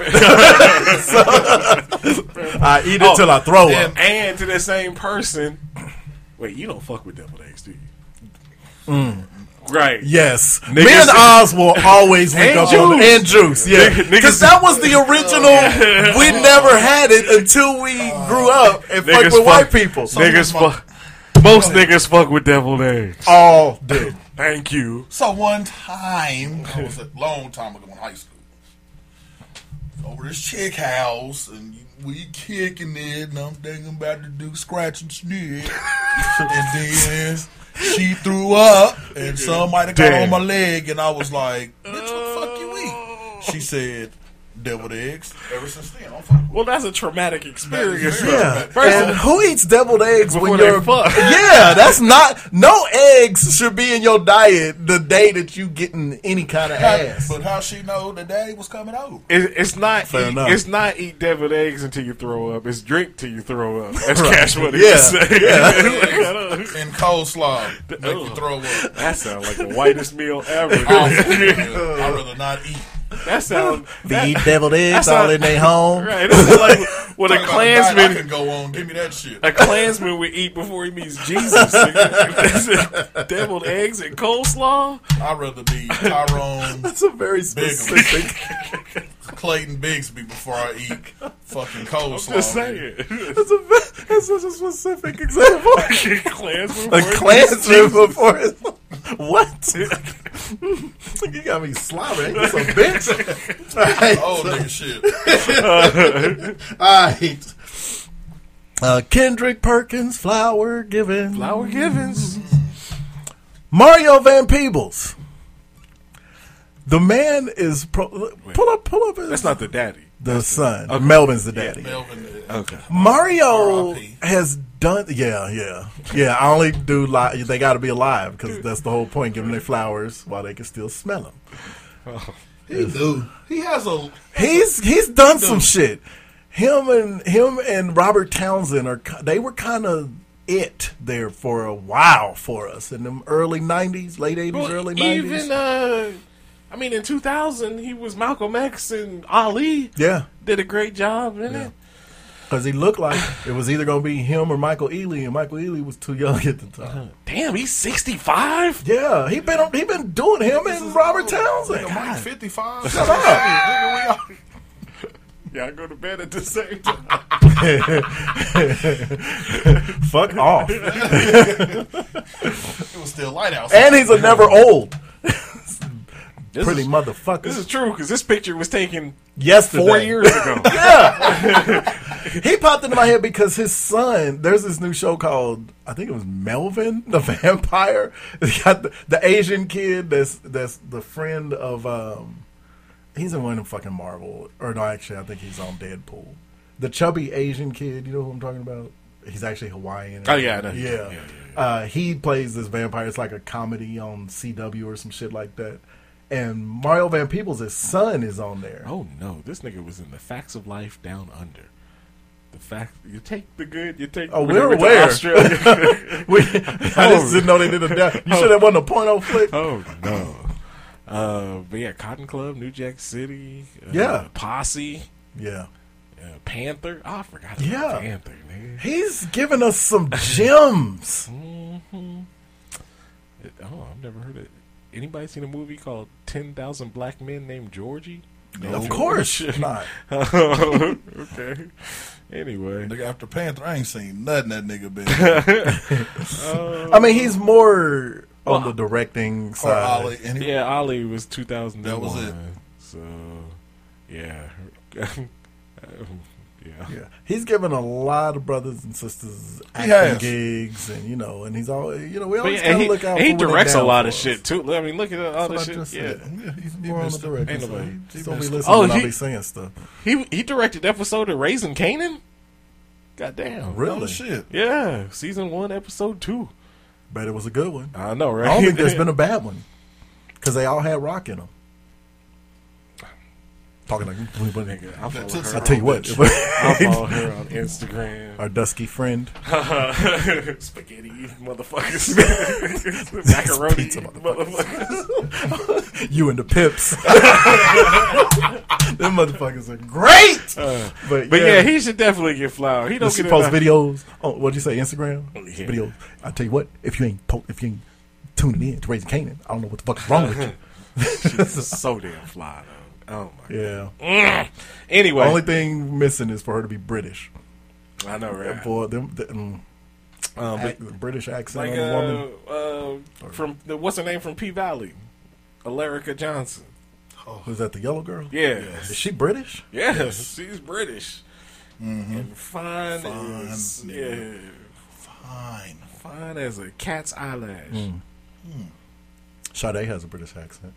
S9: So, I eat it
S8: Oh,
S9: till I throw
S8: and,
S9: up.
S8: And to that same person, wait, you don't fuck with deviled eggs, do you?
S9: Mm.
S8: Right.
S9: Yes, me
S8: Niggas-
S9: and Oz will always link
S8: And
S9: up on
S8: juice.
S9: and juice. Yeah,
S8: Nigga- niggas- Oh,
S9: because that was the original. we never had it until we grew up and fucked with white people.
S8: niggas fuck. Most niggas fuck with deviled eggs.
S9: all day.
S8: Thank you.
S10: So one time, I was a long time ago in high school, over this chick house, and we kicking it, and I'm thinking about to do scratch and sniff, and then she threw up, and somebody got
S8: Damn.
S10: on my leg, and I was like, "Bitch, what the fuck you eat?" She said, "Deviled eggs." Ever since then, I'm fucking.
S8: Well, that's a traumatic experience.
S9: Yeah,
S8: First
S9: and who eats deviled eggs
S8: Before
S9: when
S8: they
S9: you're?
S8: fuck.
S9: Yeah, that's not. No eggs should be in your diet the day that you getting any kind of ass.
S10: But how she know the day was coming over?
S8: It, it's not
S9: Fair
S8: eat,
S9: enough.
S8: it's not eat deviled eggs until you throw up. It's drink till you throw up. That's
S9: Right.
S8: cash money.
S9: Yeah.
S8: say.
S10: and coleslaw make you throw up.
S8: that sounds like the whitest meal ever.
S10: Oh. I'd rather not eat.
S8: that sounds
S9: They eat deviled eggs all in their home.
S8: um, right. That's like Well,
S10: Talk
S8: a
S10: about diet I
S8: Klansman-
S10: can go on. Give me that shit.
S8: A Klansman would eat before he meets Jesus. nigga. Deviled eggs and coleslaw.
S10: I'd rather be Tyrone.
S9: That's a very
S10: specific. Clayton Bigsby before I eat fucking coleslaw.
S8: just
S10: nigga.
S9: That's a ve- that's such a specific example.
S8: Klansman
S9: a
S8: before
S9: Klansman
S8: Jesus.
S9: before his- what? you got me slobbering. That's a
S8: Oh,
S9: bitch. All right.
S10: Old nigga shit.
S9: All right. Uh, Kendrick Perkins, Flower Givens.
S8: Flower Givens.
S9: Mario Van Peebles. The man is pro- pull up, pull up.
S8: That's not the daddy.
S9: The son, Melvin's the daddy.
S8: Okay.
S9: Mario has done. Yeah, yeah, yeah. I only do live. They got to be alive because that's the whole point. Give them their flowers while they can still smell them.
S10: He do. He has a.
S9: He's he's done some shit. Him and him and Robert Townsend are ki- they were kind of it there for a while for us in the early '90s, late '80s,
S8: Well,
S9: early '90s.
S8: Even uh, I mean, in 2000, he was Malcolm X and Ali.
S9: yeah,
S8: Did a great job in it.
S9: because he looked like it was either going to be him or Michael Ealy, and Michael Ealy was too young at the
S8: Uh-huh.
S9: time.
S8: Damn, he's 65.
S9: Yeah, he been he been doing him and Robert Townsend.
S10: Nigga, Mike 55.
S9: Shut up.
S10: Nigga, we all-
S8: Y'all go to bed at the same time.
S9: Fuck off.
S10: it was still light outside.
S9: And he's a never old.
S8: This
S9: Pretty
S8: is-
S9: motherfucker.
S8: This is true because this picture was taken
S9: Yesterday.
S8: four years ago.
S9: he popped into my head because his son. There's this new show called I think it was Melvin the Vampire. It's got the, the Asian kid that's that's the friend of um. He's in one of fucking Marvel, or no? Actually, I think he's on Deadpool. The chubby Asian kid. You know who I'm talking about? He's actually Hawaiian.
S8: Oh, yeah, I know.
S9: yeah.
S8: Yeah, yeah, yeah,
S9: Uh, he plays this vampire. It's like a comedy on CW or some shit like that. And Mario Van Peebles' his son is on there.
S8: Oh no, this nigga was in the facts of life down under. The fact you take the good, you take.
S9: Oh,
S8: when
S9: we're
S8: they went to
S9: aware.
S8: Australia.
S9: We- I just didn't know they did a down- you said that wasn't a porno flick.
S8: Oh no. Uh, but yeah, Cotton Club, New Jack City, uh,
S9: Yeah.
S8: Posse,
S9: Yeah.
S8: uh, Panther. Oh, I forgot about
S9: Yeah.
S8: Panther, nigga.
S9: He's giving us some gems.
S8: It- oh, I've never heard of it. Anybody seen a movie called 10,000 Black Men Named Georgie?
S9: Of course not.
S8: okay. Anyway.
S10: Nigga, after Panther, I ain't seen nothing that nigga been.
S9: I mean, he's more
S8: Well,
S9: on the directing
S10: or
S9: side.
S10: Ollie. And he,
S8: Yeah, Ollie was 2001.
S10: That was it.
S8: So, yeah. Um, yeah.
S9: Yeah. He's giving a lot of brothers and sisters
S10: He
S9: acting
S10: has.
S9: gigs, and you know, and he's always, you know, we
S8: But
S9: always
S8: yeah,
S9: kind
S8: and
S9: of
S8: he,
S9: look out.
S8: and he
S9: for when they
S8: directs a
S9: down
S8: lot
S9: for
S8: of
S9: us.
S8: shit too. I mean, look at all
S9: That's
S8: this shit.
S9: what I just
S8: Yeah,
S9: said.
S10: Yeah, he, he
S9: More on the
S10: missed it.
S9: directing
S8: Ain't nobody-
S9: side. Just don't be
S10: missed it.
S9: listening.
S8: Oh,
S9: when I
S8: he-
S9: be saying stuff.
S8: he he directed the episode of Raising Canaan. God damn!
S10: Oh,
S9: Really?
S10: shit.
S8: Yeah, season one, episode two.
S9: But it was a good one.
S8: I know, right?
S9: I don't think there's been a bad one because they all had rock in them. Talking like
S8: Nigga, I follow
S9: I
S8: her.
S9: tell you what,
S8: I follow her on Instagram.
S9: our dusky friend.
S8: Spaghetti motherfuckers, macaroni
S9: Pizza
S8: motherfuckers.
S9: you and the pips. Them motherfuckers are great. Uh, but,
S8: Uh, But
S9: yeah,
S8: yeah. he should definitely get flower. He
S9: When
S8: don't
S9: she
S8: get
S9: posts
S8: enough-
S9: videos. On, what'd you say? Instagram
S8: yeah.
S9: videos. I tell you what, if you ain't po- if you ain't tuning in to raising Canaan, I don't know what the fuck's wrong with
S8: Uh-huh.
S9: you.
S8: She's so damn fly though. Oh my.
S9: Yeah.
S8: Anyway,
S9: Only thing missing is for her to be British.
S8: I know, right?
S9: For them, the, mm,
S8: Um, but
S9: ac- British accent
S8: like
S9: on a woman.
S8: uh, uh, from the, what's her name from P Valley, Alerica Johnson.
S9: Was Oh, that the yellow girl?
S8: Yes.
S9: Is she British?
S8: Yes, she's British and fine, as yeah,
S10: Fine.
S8: fine as a cat's eyelash.
S9: Sade has a British accent.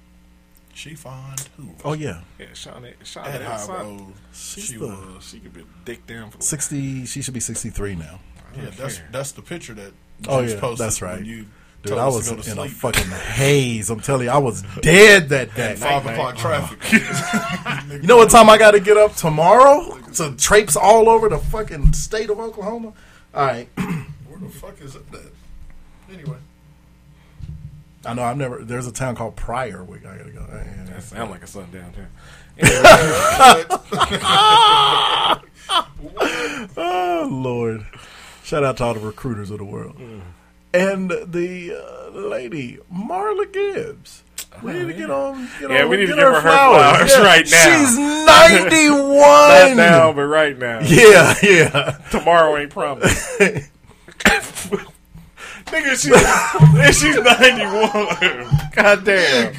S10: She fine too.
S9: Oh yeah,
S8: Yeah, Shawnee,
S10: At
S8: Shawnee,
S10: how old
S9: She's
S10: she
S9: the-
S10: was.
S8: she could be dick down for the
S9: sixty. She should be sixty-three now.
S10: Yeah, that's that's the picture that.
S9: Oh
S10: she's
S9: yeah,
S10: posted
S9: that's right.
S10: When you
S9: Dude,
S10: told
S9: I
S10: us
S9: was
S10: to
S9: in
S10: go to
S9: a
S10: sleep.
S9: fucking haze. I'm telling you, I was dead that day.
S10: at five o'clock
S9: Uh-huh.
S10: traffic.
S9: You know what time I got to get up tomorrow to traipse all over the fucking state of Oklahoma? All right,
S10: Where the fuck is that? Anyway,
S9: I know I've never. There's a town called Pryor. Where I gotta go. Yeah.
S8: That sound like a sundown town.
S9: oh Lord! Shout out to all the recruiters of the world,
S8: Mm.
S9: and the uh, lady Marla Gibbs. We need to get on. Get
S8: Oh, Yeah,
S9: on,
S8: we need to
S9: get
S8: give her her flowers
S9: Yeah.
S8: right now.
S9: She's
S8: Not
S9: ninety-one.
S8: now, but right now.
S9: Yeah, yeah.
S8: Tomorrow ain't promised. Nigga, she, and she's 91. God damn.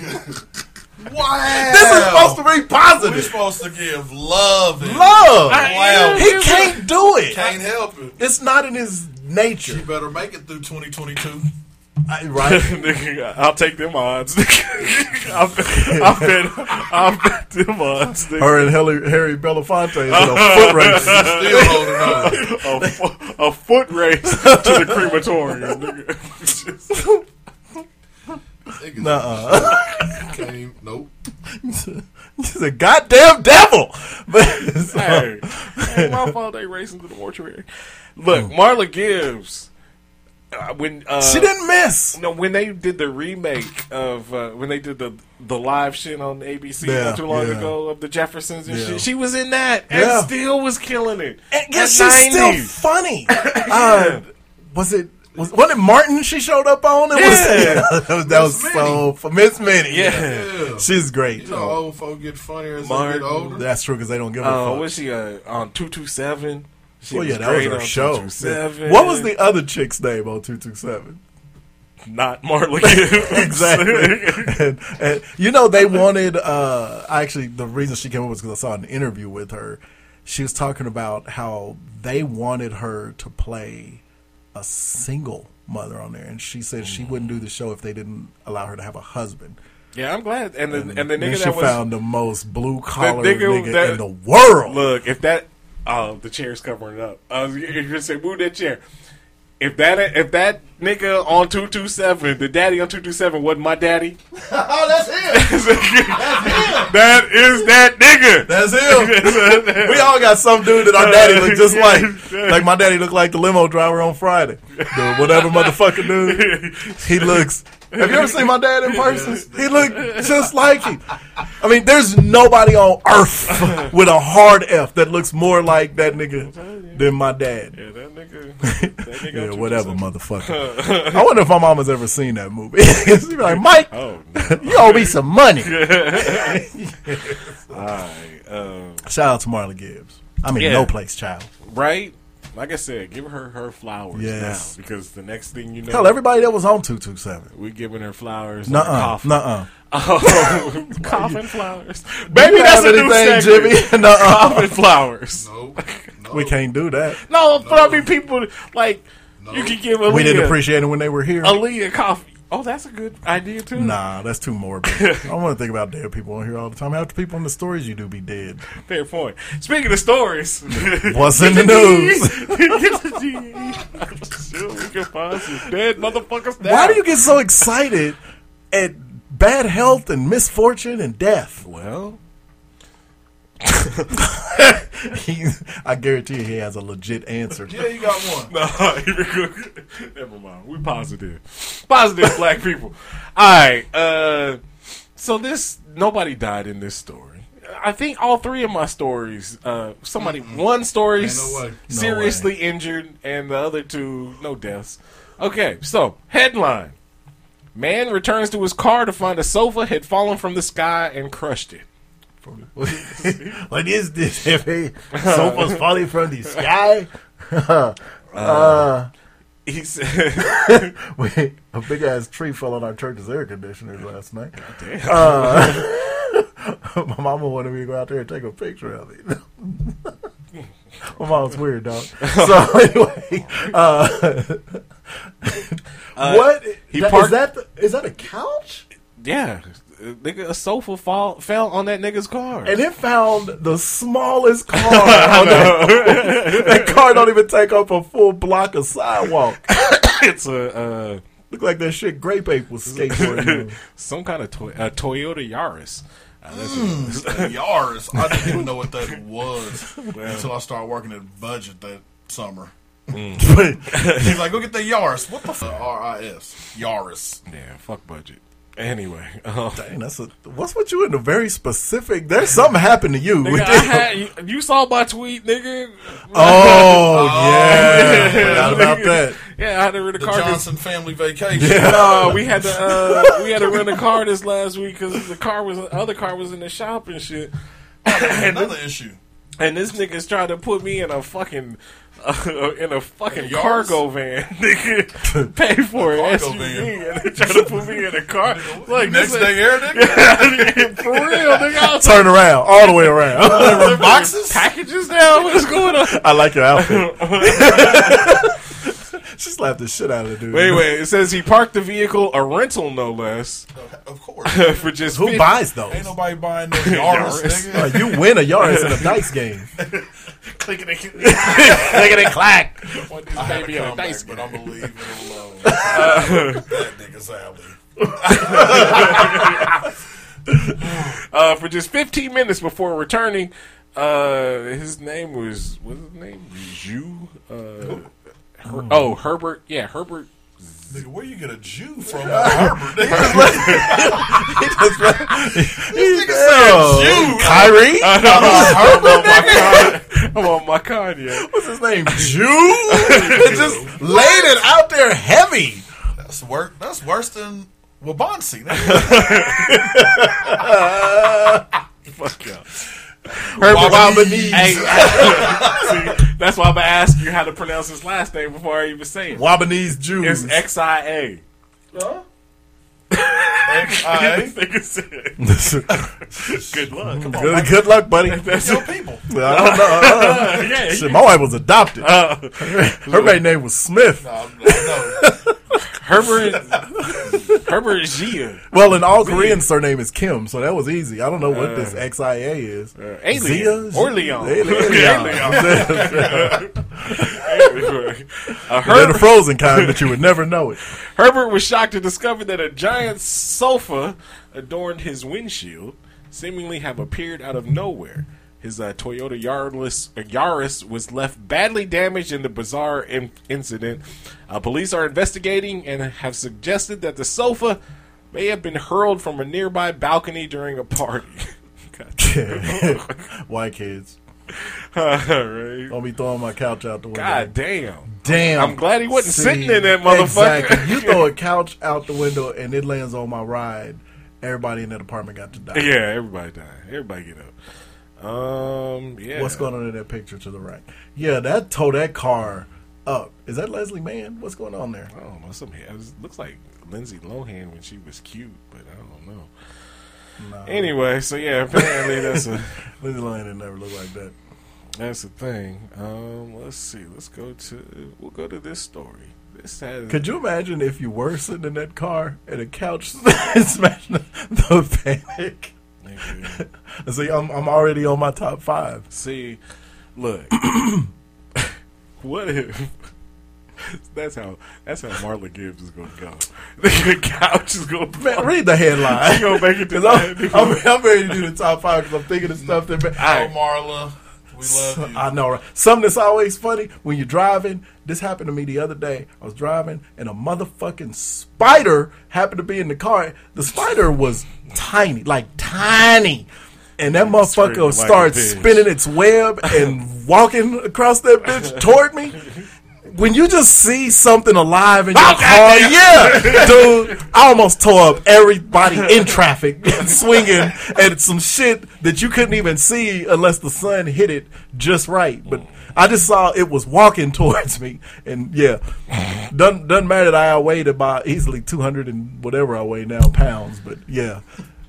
S10: Wow.
S9: This is supposed to be positive.
S10: We're supposed to give love. And
S9: Love.
S10: Wow.
S9: He can't do it.
S10: Can't help it.
S9: It's not in his nature.
S10: You better make it through 2022.
S9: I- right?
S8: Nigga, I'll take them odds. nigga. I'll bet, I'll bet, I'll bet them odds. nigga.
S9: Her and Harry, Harry Belafonte is in a foot race.
S8: a, fo- a foot race to the crematorium. Nigga.
S9: Nuh-uh.
S10: Came, nope.
S9: He's a goddamn devil. But so-
S8: hey, hey, my fault they racing to the mortuary. Look, Marla Gibbs. uh, When uh,
S9: She didn't miss.
S8: No, when they did the remake of uh, when they did the the live shit on ABC
S9: Yeah,
S8: not too long
S9: yeah.
S8: ago of the Jeffersons and
S9: Yeah.
S8: shit, she was in that and
S9: Yeah.
S8: still was killing it.
S9: And guess
S8: At
S9: she's still
S8: 90.
S9: funny. Uh, was it? Was, wasn't it Martin she showed up on? It was,
S8: Yeah.
S9: that was, that was so for Miss Minnie. Yeah. she's great.
S10: You know, old folk get funnier as they
S8: Martin.
S10: get older.
S9: That's true because they don't give a
S8: Uh,
S9: fuck.
S8: was she uh, on two two seven?
S9: well, yeah, that was her show. Yeah. What was the other chick's name on two two seven?
S8: not Marla Gibbs?
S9: exactly. and, and, you know, they wanted. Uh, actually, the reason she came up was because I saw an interview with her. She was talking about how they wanted her to play a single mother on there, and she said she wouldn't do the show if they didn't allow her to have a husband.
S8: Yeah, I'm glad. And the, and, the
S9: then
S8: nigga
S9: she
S8: that was
S9: found the most blue collar
S8: the
S9: nigga,
S8: nigga that-
S9: in the world.
S8: Look, if that oh, the chair's covering it up. I was gonna say move that chair. If that if that nigga on two two seven, the daddy on two two seven wasn't my daddy.
S10: oh, that's him.
S8: That is that nigga.
S9: That's him. we all got some dude that our daddy look just like. Like my daddy looked like the limo driver on Friday. The whatever motherfucker dude. He looks. Have you ever seen my dad in person? He looked just like him. I mean, there's nobody on earth with a hard F that looks more like that nigga than my dad.
S8: Yeah, that nigga.
S9: Yeah, whatever, motherfucker. I wonder if my mama's ever seen that movie. She'd be like, Mike,
S8: Oh,
S9: you owe me some money.
S8: All right. Um,
S9: Shout out to Marla Gibbs. I mean,
S8: Yeah.
S9: no place, child.
S8: right? Like I said, give her her flowers
S9: Yes.
S8: now because the next thing you know,
S9: Hell, everybody that was on 227.
S8: we giving her flowers.
S9: Nuh
S8: on her
S9: uh.
S8: coffin.
S9: Nuh uh.
S8: Oh, coffin flowers. Baby,
S9: You
S8: that's
S9: have
S8: a new
S9: anything,
S8: segment.
S9: Jimmy? Nuh-uh.
S8: Coffin flowers.
S9: We can't do that.
S8: No, but I mean, people like you can give Aaliyah.
S9: We didn't appreciate it when they were here.
S8: Aaliyah coffee. Oh, that's a good idea too.
S9: Nah, that's too morbid. I want to think about dead people on here all the time. Half the people in the stories you do be dead.
S8: fair point. Speaking of stories,
S9: What's in the news?
S8: Get the G's. Sure, we can find some dead motherfuckers.
S9: Why do you get so excited at bad health and misfortune and death?
S8: Well,
S9: He, I guarantee you he has a legit answer.
S10: Yeah, you got one.
S8: No, you're good. Never mind. We positive. Positive black people. Alright, uh so this nobody died in this story. I think all three of my stories, uh somebody one story
S10: Ain't Mm-hmm. no way.
S8: s- seriously injured and the other two no deaths. Okay, so headline. Man returns to his car to find a sofa had fallen from the sky and crushed it.
S9: what is this? Heavy? Sofa's falling from the sky? uh,
S8: He said
S9: Wait, a big ass tree fell on our church's air conditioners last night. Uh, my mama wanted me to go out there and take a picture of it. my mom's weird, dog. So anyway, uh,
S8: Uh,
S9: what
S8: he
S9: that-
S8: parked-
S9: is that? The, is that a couch?
S8: Yeah. uh, Nigga, a sofa fall, fell on that nigga's car.
S9: And it found the smallest car. on that, that car don't even take up a full block of sidewalk.
S8: it's a uh,
S9: Look like that shit Grape Ape was skateboarding. on.
S8: some kind of toy, a Toyota Yaris. Uh, that's
S10: Yaris. I didn't even know what that was
S8: Well.
S10: until I started working at Budget that summer.
S9: But-
S10: He's like, go get the Yaris. What the fuck? R I S. Yaris.
S8: yeah, fuck budget. Anyway, um,
S9: Dang, that's a, what's with you in the very specific? There's something happened to you.
S8: Nigga, I had, you, you saw my tweet, nigga.
S9: oh, yeah, forgot about that.
S8: Yeah, I had to rent a
S10: The
S8: car. this-
S10: Johnson family vacation.
S8: Yeah. No, we had to uh, we had to rent a car this last week because the car was the other car was in the shop and shit.
S10: Another issue.
S8: And this nigga's trying to put me in a fucking uh, in a fucking
S10: In yards?
S8: cargo van, nigga. Pay for it,
S10: cargo
S8: SUV, and
S10: van.
S8: they trying to put me in a car. Like
S10: Next
S8: this ain't-
S10: thing here, nigga.
S8: Yeah, for real, nigga. I was
S9: Turn around, all the way around.
S8: Delivering packages now. What's going on?
S9: I like your outfit. she slapped the shit out of the dude.
S8: But anyway, it says he parked the vehicle, a rental no less.
S10: Of course.
S8: for just
S9: Who
S8: 50
S9: buys those?
S10: Ain't nobody buying no Yaris,
S8: Yaris.
S10: nigga.
S9: Like, you win a Yaris in a dice game.
S8: Clicking it,
S9: Clicking it, clack.
S8: Want
S10: I
S8: this
S10: had
S8: baby
S10: a
S8: on a
S10: comeback,
S8: dice
S10: but
S8: game.
S10: I'm gonna leave it alone. that nigga's alley.
S8: uh, for just 15 minutes before returning. Uh, his name was what's his name? Zhu. Uh, Her- oh, Herbert. Yeah, Herbert.
S10: nigga, where you get a Jew from? Herbert, nigga.
S9: This
S10: nigga said Jew.
S9: Kyrie?
S8: Uh, no, I'm, on my con- I'm on my Kanye.
S9: What's his name? Jew? It just laid it out there heavy.
S10: That's worse. That's worse than Wabansi. nigga.
S8: Fuck up.
S9: Herbert
S8: Hey,
S9: Wabanese.
S8: see, that's why I'm gonna ask you how to pronounce his last name before I even say it.
S9: Wabanese Jews.
S8: It's X I A.
S10: X-I-A.
S8: Good luck. Come on.
S9: good, good luck, buddy.
S8: That's
S10: Your people.
S9: I don't know.
S8: yeah, yeah.
S9: Shit, my wife was adopted.
S8: Uh,
S9: Her maiden name was Smith.
S10: I'm, I know.
S8: Herbert Herbert Gia.
S9: Well, in all Korean surname is Kim, so that was easy. I don't know what this XIA is.
S8: Uh, Alien.
S9: Zia?
S8: Or Leon.
S9: Alien.
S8: Uh,
S9: They're
S8: Herb-
S9: the frozen kind, but you would never know it.
S8: Herbert was shocked to discover that a giant sofa adorned his windshield, seemingly have appeared out of nowhere. His uh, Toyota Yaris, uh, Yaris was left badly damaged in the bizarre in- incident. Uh, police are investigating and have suggested that the sofa may have been hurled from a nearby balcony during a party. God.
S9: White kids.
S8: All right.
S9: Don't be throwing my couch out the window.
S8: God damn.
S9: damn.
S8: I'm glad he wasn't
S9: See,
S8: sitting in that motherfucker.
S9: Exactly. You throw a couch out the window and it lands on my ride. Everybody in that apartment got to die.
S8: Yeah, everybody die. Everybody get up. Um, yeah.
S9: What's going on in that picture to the right? Yeah, that towed that car up. Is that Leslie Mann? What's going on there?
S8: I don't know. Some hair. It looks like Lindsay Lohan when she was cute, but I don't know.
S9: No.
S8: Anyway, so yeah, apparently that's a
S9: Lindsay Lohan didn't never look like that.
S8: that's a thing. Um, let's see. Let's go to we'll go to this story. This has
S9: Could you imagine if you were sitting in that car and a couch smashed the, the panic?
S8: Nigga.
S9: See, I'm I'm already on my top five.
S8: See, look. what if that's how that's how Marla Gibbs is gonna go? The couch is gonna
S9: Man, read the headline.
S8: She gonna make it to
S9: 'Cause I'm, I'm, I'm ready to do the top five because I'm thinking of stuff that.
S8: All
S10: Oh,
S8: right.
S10: Marla, we love you.
S9: I know, right? Something that's always funny when you're driving. This happened to me the other day. I was driving, and a motherfucking spider happened to be in the car. The spider was tiny, like tiny. And that
S8: Screaming
S9: motherfucker
S8: like a
S9: starts
S8: bitch.
S9: spinning its web and walking across that bitch toward me. When you just see something alive in your car, yeah, dude, I almost tore up everybody in traffic swinging at some shit that you couldn't even see unless the sun hit it just right. But I just saw it was walking towards me, and yeah, doesn't doesn't matter that I weighed about easily two hundred and whatever I weigh now pounds, but yeah,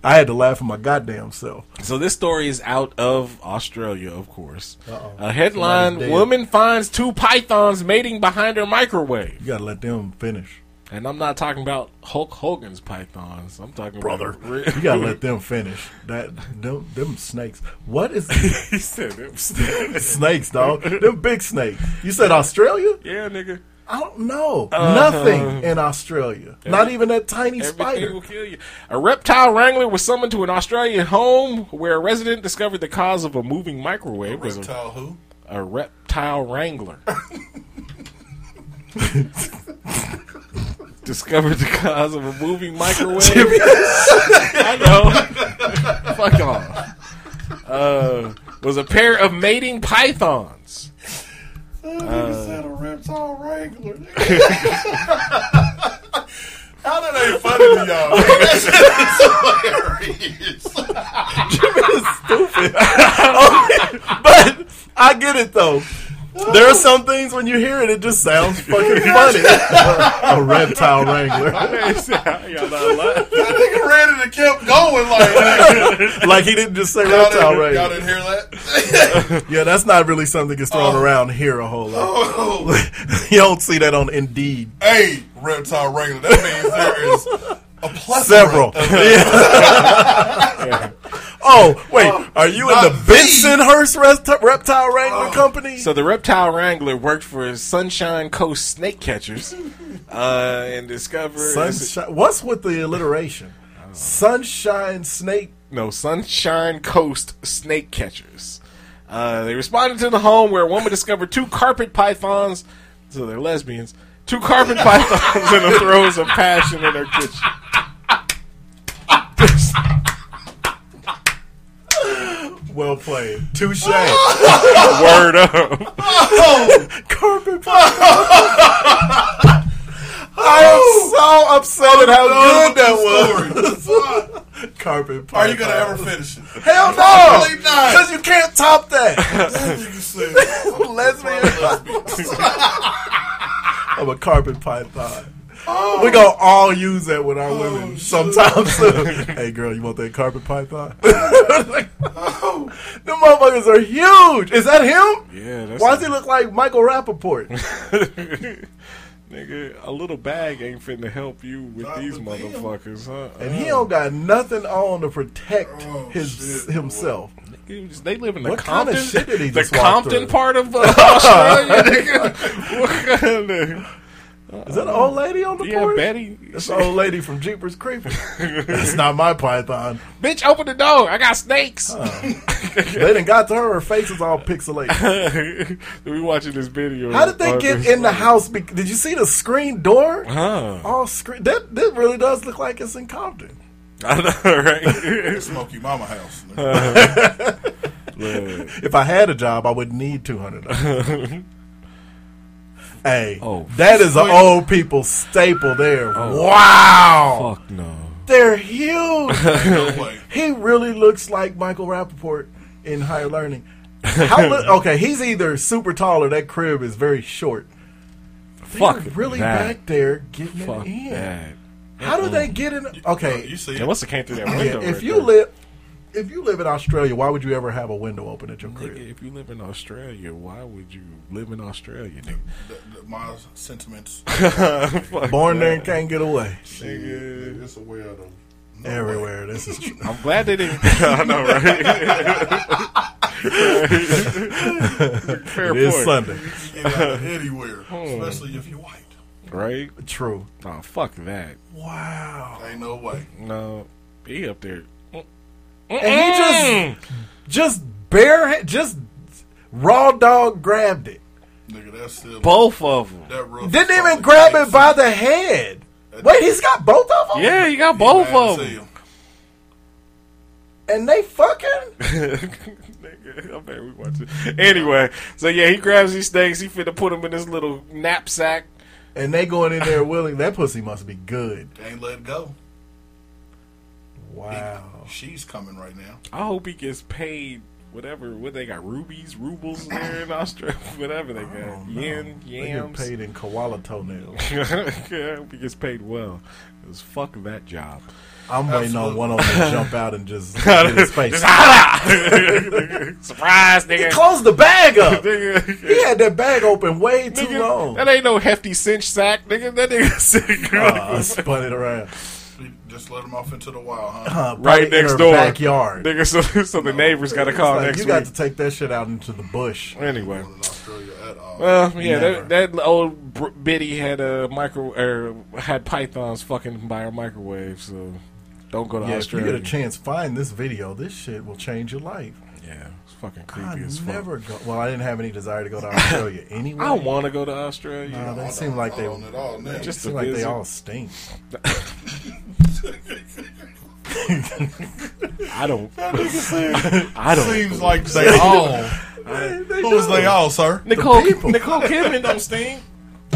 S9: I had to laugh at my goddamn self.
S8: So this story is out of Australia, of course.
S9: Uh-oh.
S8: A headline:
S9: Somebody's dead.
S8: Woman finds two pythons mating behind her microwave.
S9: You gotta let them finish,
S8: And I'm not talking about Hulk Hogan's pythons. I'm talking
S9: brother.
S8: about
S9: You gotta let them finish. That them, them snakes. What is
S8: he said it. was-
S9: snakes, dog? Them big snakes. You said Australia?
S8: yeah, nigga.
S9: I don't know.
S8: Uh,
S9: Nothing in Australia. Not even that tiny
S8: Everything
S9: spider.
S8: will kill you. A reptile wrangler was summoned to an Australian home where a resident discovered the cause of a moving microwave was a,
S10: Reptile who?
S8: a reptile wrangler. discovered the cause of a moving microwave. I know. Fuck off. Uh, was a pair of mating pythons.
S10: Nigga said a reptile wrangler. nigga. How that ain't funny to y'all? That's hilarious.
S9: stupid. but I get it though. There are some things when you hear it, it just sounds fucking funny. a reptile wrangler,
S10: That nigga ran it and kept going like that.
S9: like he didn't just say
S10: Y'all
S9: reptile
S10: didn't, y'all
S9: wrangler.
S10: didn't hear that?
S9: Yeah, that's not really something that gets thrown around here a whole lot. you don't see that on Indeed.
S10: Hey, reptile wrangler. That means there is a plethora.
S9: Several.
S10: Of
S9: Yeah. oh wait, are you in the
S8: not the-
S9: Bensonhurst Rest- Reptile Wrangler Company?
S8: So the reptile wrangler worked for Sunshine Coast Snake Catchers uh, and discovered
S9: Sunshine. What's with the alliteration? Sunshine Snake.
S8: no Sunshine Coast Snake Catchers. Uh, they responded to the home where a woman discovered two carpet pythons. So they're lesbians. Two carpet pythons in the throes of passion in her kitchen.
S9: Well played. Touche.
S8: Word up.
S9: Carpet I am so upset at how good that was. Carpet
S10: Are you gonna ever finish it?
S9: Hell no!
S10: Really not.
S9: Because you can't top that.
S10: You said, I'm a
S9: I'm a carpet python. We gonna all use that with our women sometime soon. hey girl, you want that carpet python? The motherfuckers are huge. Is that him?
S8: Yeah, that's
S9: Why does he look like Michael Rappaport?
S8: Nigga, a little bag ain't finna help you with these motherfuckers, huh? Uh,
S9: and he don't got nothing on to protect his himself.
S8: Nigga, They live in the
S9: What kind
S8: Compton,
S9: of shit did he
S8: the
S9: just walk
S8: Compton
S9: through?
S8: part of uh, Australia. nigga. What kind of-
S9: Is that an old lady on the
S8: Yeah,
S9: porch?
S8: Betty.
S9: That's an old lady from Jeepers Creepers. That's not my python.
S8: Bitch, open the door. I got snakes.
S9: They done got to her. Her face is all pixelated.
S8: we watching this video.
S9: How did they
S8: on
S9: get
S8: this-
S9: in the house? Be- did you see the screen door?
S8: Huh.
S9: All screen. That that really does look like it's in Compton.
S8: I know, right?
S10: Smoky Mama house. nigga.
S8: Look.
S9: If I had a job, I would need two hundred. hey,
S8: Oh,
S9: that is an
S10: sweet.
S9: old people staple there.
S8: Oh.
S9: wow,
S8: Fuck no.
S9: they're huge.
S10: No way.
S9: he really looks like Michael Rappaport in Higher Learning. How li- okay, he's either super tall or that crib is very short. They're
S8: Fuck
S9: really
S8: that.
S9: back there getting
S8: Fuck
S9: it in.
S8: that.
S9: How do they get in? Okay,
S10: You see,
S8: They
S10: it.
S8: must have came through that
S9: yeah,
S8: window.
S9: if
S8: right
S9: you
S8: there.
S9: live, if you live in Australia, why would you ever have a window open at your crib?
S8: Nigga, if you live in Australia, why would you live in Australia,
S10: The- the- my sentiments.
S8: nigga? Fuck
S9: Born there
S8: that.
S9: and can't get away.
S10: Nigga, it's a way out of. No way.
S9: Everywhere, this is true.
S8: I'm glad they didn't. I know, right? Fair
S9: it is
S8: point.
S9: Sunday.
S10: You can get out of anywhere,
S9: Hmm.
S10: especially if you're white.
S8: Right?
S9: True.
S8: Oh, fuck that.
S9: Wow.
S10: Ain't no way.
S8: No. He up there.
S9: And he just, just bare, just raw dog grabbed it.
S10: Nigga, that's still.
S8: Both of them.
S10: that roof
S9: Didn't
S10: is
S9: even
S10: probably
S9: grab it
S10: eight
S9: by the head. Wait, he's got both of them,
S8: Yeah, you got
S10: feet.
S8: both
S10: Bad
S8: of
S10: to
S8: them.
S10: see 'em.
S9: and they fucking.
S8: Nigga, I bet we watch it. Anyway, so yeah, he grabs these things. He finna put them in this little knapsack.
S9: And they going in there willing. That pussy must be good.
S10: They Ain't let go.
S9: Wow.
S10: She's coming right now.
S8: I hope he gets paid whatever. What they got? Rubies, rubles there in Australia? Whatever they got. Yen,
S9: They get
S8: yams.
S9: paid in koala toenails.
S8: yeah, I hope he gets paid well. 'Cause fuck that job.
S9: I'm waiting on
S10: Absolutely.
S9: one of them to jump out and just get his face.
S8: Surprise,
S9: He
S8: nigga.
S9: closed the bag up.
S8: Nigga.
S9: He had that bag open way too
S8: Nigga,
S9: long.
S8: That ain't no hefty cinch sack, nigga. That nigga said-
S9: Uh, I spun it around.
S10: She just let him off into the wild, huh?
S9: Uh, probably
S8: right
S9: in
S8: next
S9: her
S8: door.
S9: Backyard.
S8: Nigga, so, so the neighbors got to
S9: It's
S8: call
S9: like,
S8: next
S9: you
S8: week.
S9: got to take that shit out into the bush.
S8: anyway.
S10: In Australia at all.
S8: Well, yeah,
S9: Never.
S8: that, that old br- biddy had a micro er, had pythons fucking by her microwave, so don't go to
S9: Yeah, if you
S8: Australia.
S9: get a chance, find this video. This shit will change your life.
S8: Yeah, it's fucking
S9: I
S8: creepy as fuck.
S9: never go. Well, I didn't have any desire to go to Australia anyway.
S8: I want to go to Australia.
S9: Nah, they seem like they
S8: want
S9: they just seem like they all stink.
S8: I don't.
S10: That nigga said,
S8: I don't. Oh.
S10: Seems like they all. Who is they all, sir?
S8: Nicole.
S9: The people.
S8: Nicole Kidman don't stink.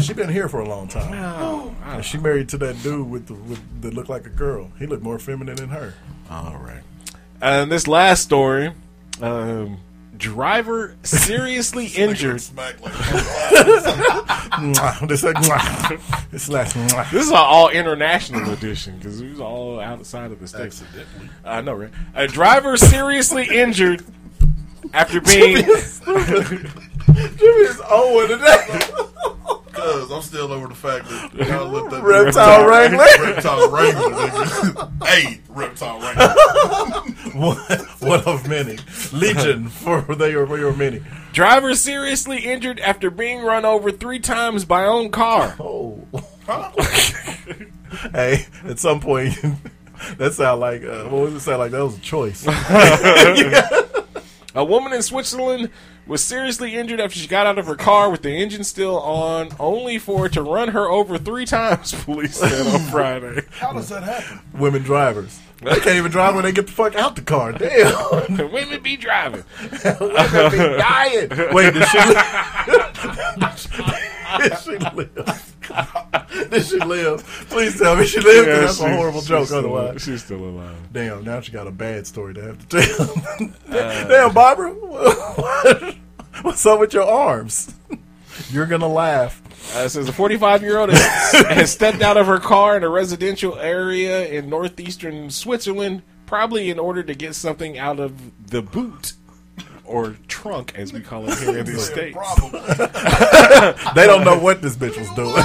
S9: She been here for a long time.
S8: No.
S9: And she married to that dude with, the, with that looked like a girl. He looked more feminine than her.
S8: All right. And this last story, um, driver seriously injured.
S9: Mwah. This, like, mwah. this last. mwah.
S8: This is an all international edition because it was all outside of the states. I know, right? A driver seriously injured after being.
S10: Jimmy is owing today. Cause I'm still over the fact that y'all let that
S9: Reptile Wrangler.
S10: reptile wrangler, nigga. hey, reptile wrangler.
S9: one, one of many. Legion for they are for your many.
S8: Driver seriously injured after being run over three times by own car.
S9: Oh. Hey, at some point, that sound like uh, what was it sound like? That was a choice.
S8: A woman in Switzerland was seriously injured after she got out of her car with the engine still on, only for it to run her over three times, police said on Friday.
S10: How does that happen?
S9: Women drivers. They can't even drive when they get the fuck out the car. Damn.
S8: Women be driving.
S9: Women be dying. Wait, did she? did she live? did she live? Please tell me she lived. 'cause that's a
S8: she-
S9: horrible
S8: she's
S9: joke.
S8: still-
S9: Otherwise,
S8: she's still alive.
S9: damn. Now she got a bad story to have to tell.
S10: Uh,
S9: damn, Barbara, what's up with your arms? You're gonna laugh.
S8: Uh, it says a 45 year old has, has stepped out of her car in a residential area in northeastern Switzerland, probably in order to get something out of the boot or trunk, as we call it here in the States.
S9: They don't know what this bitch was doing.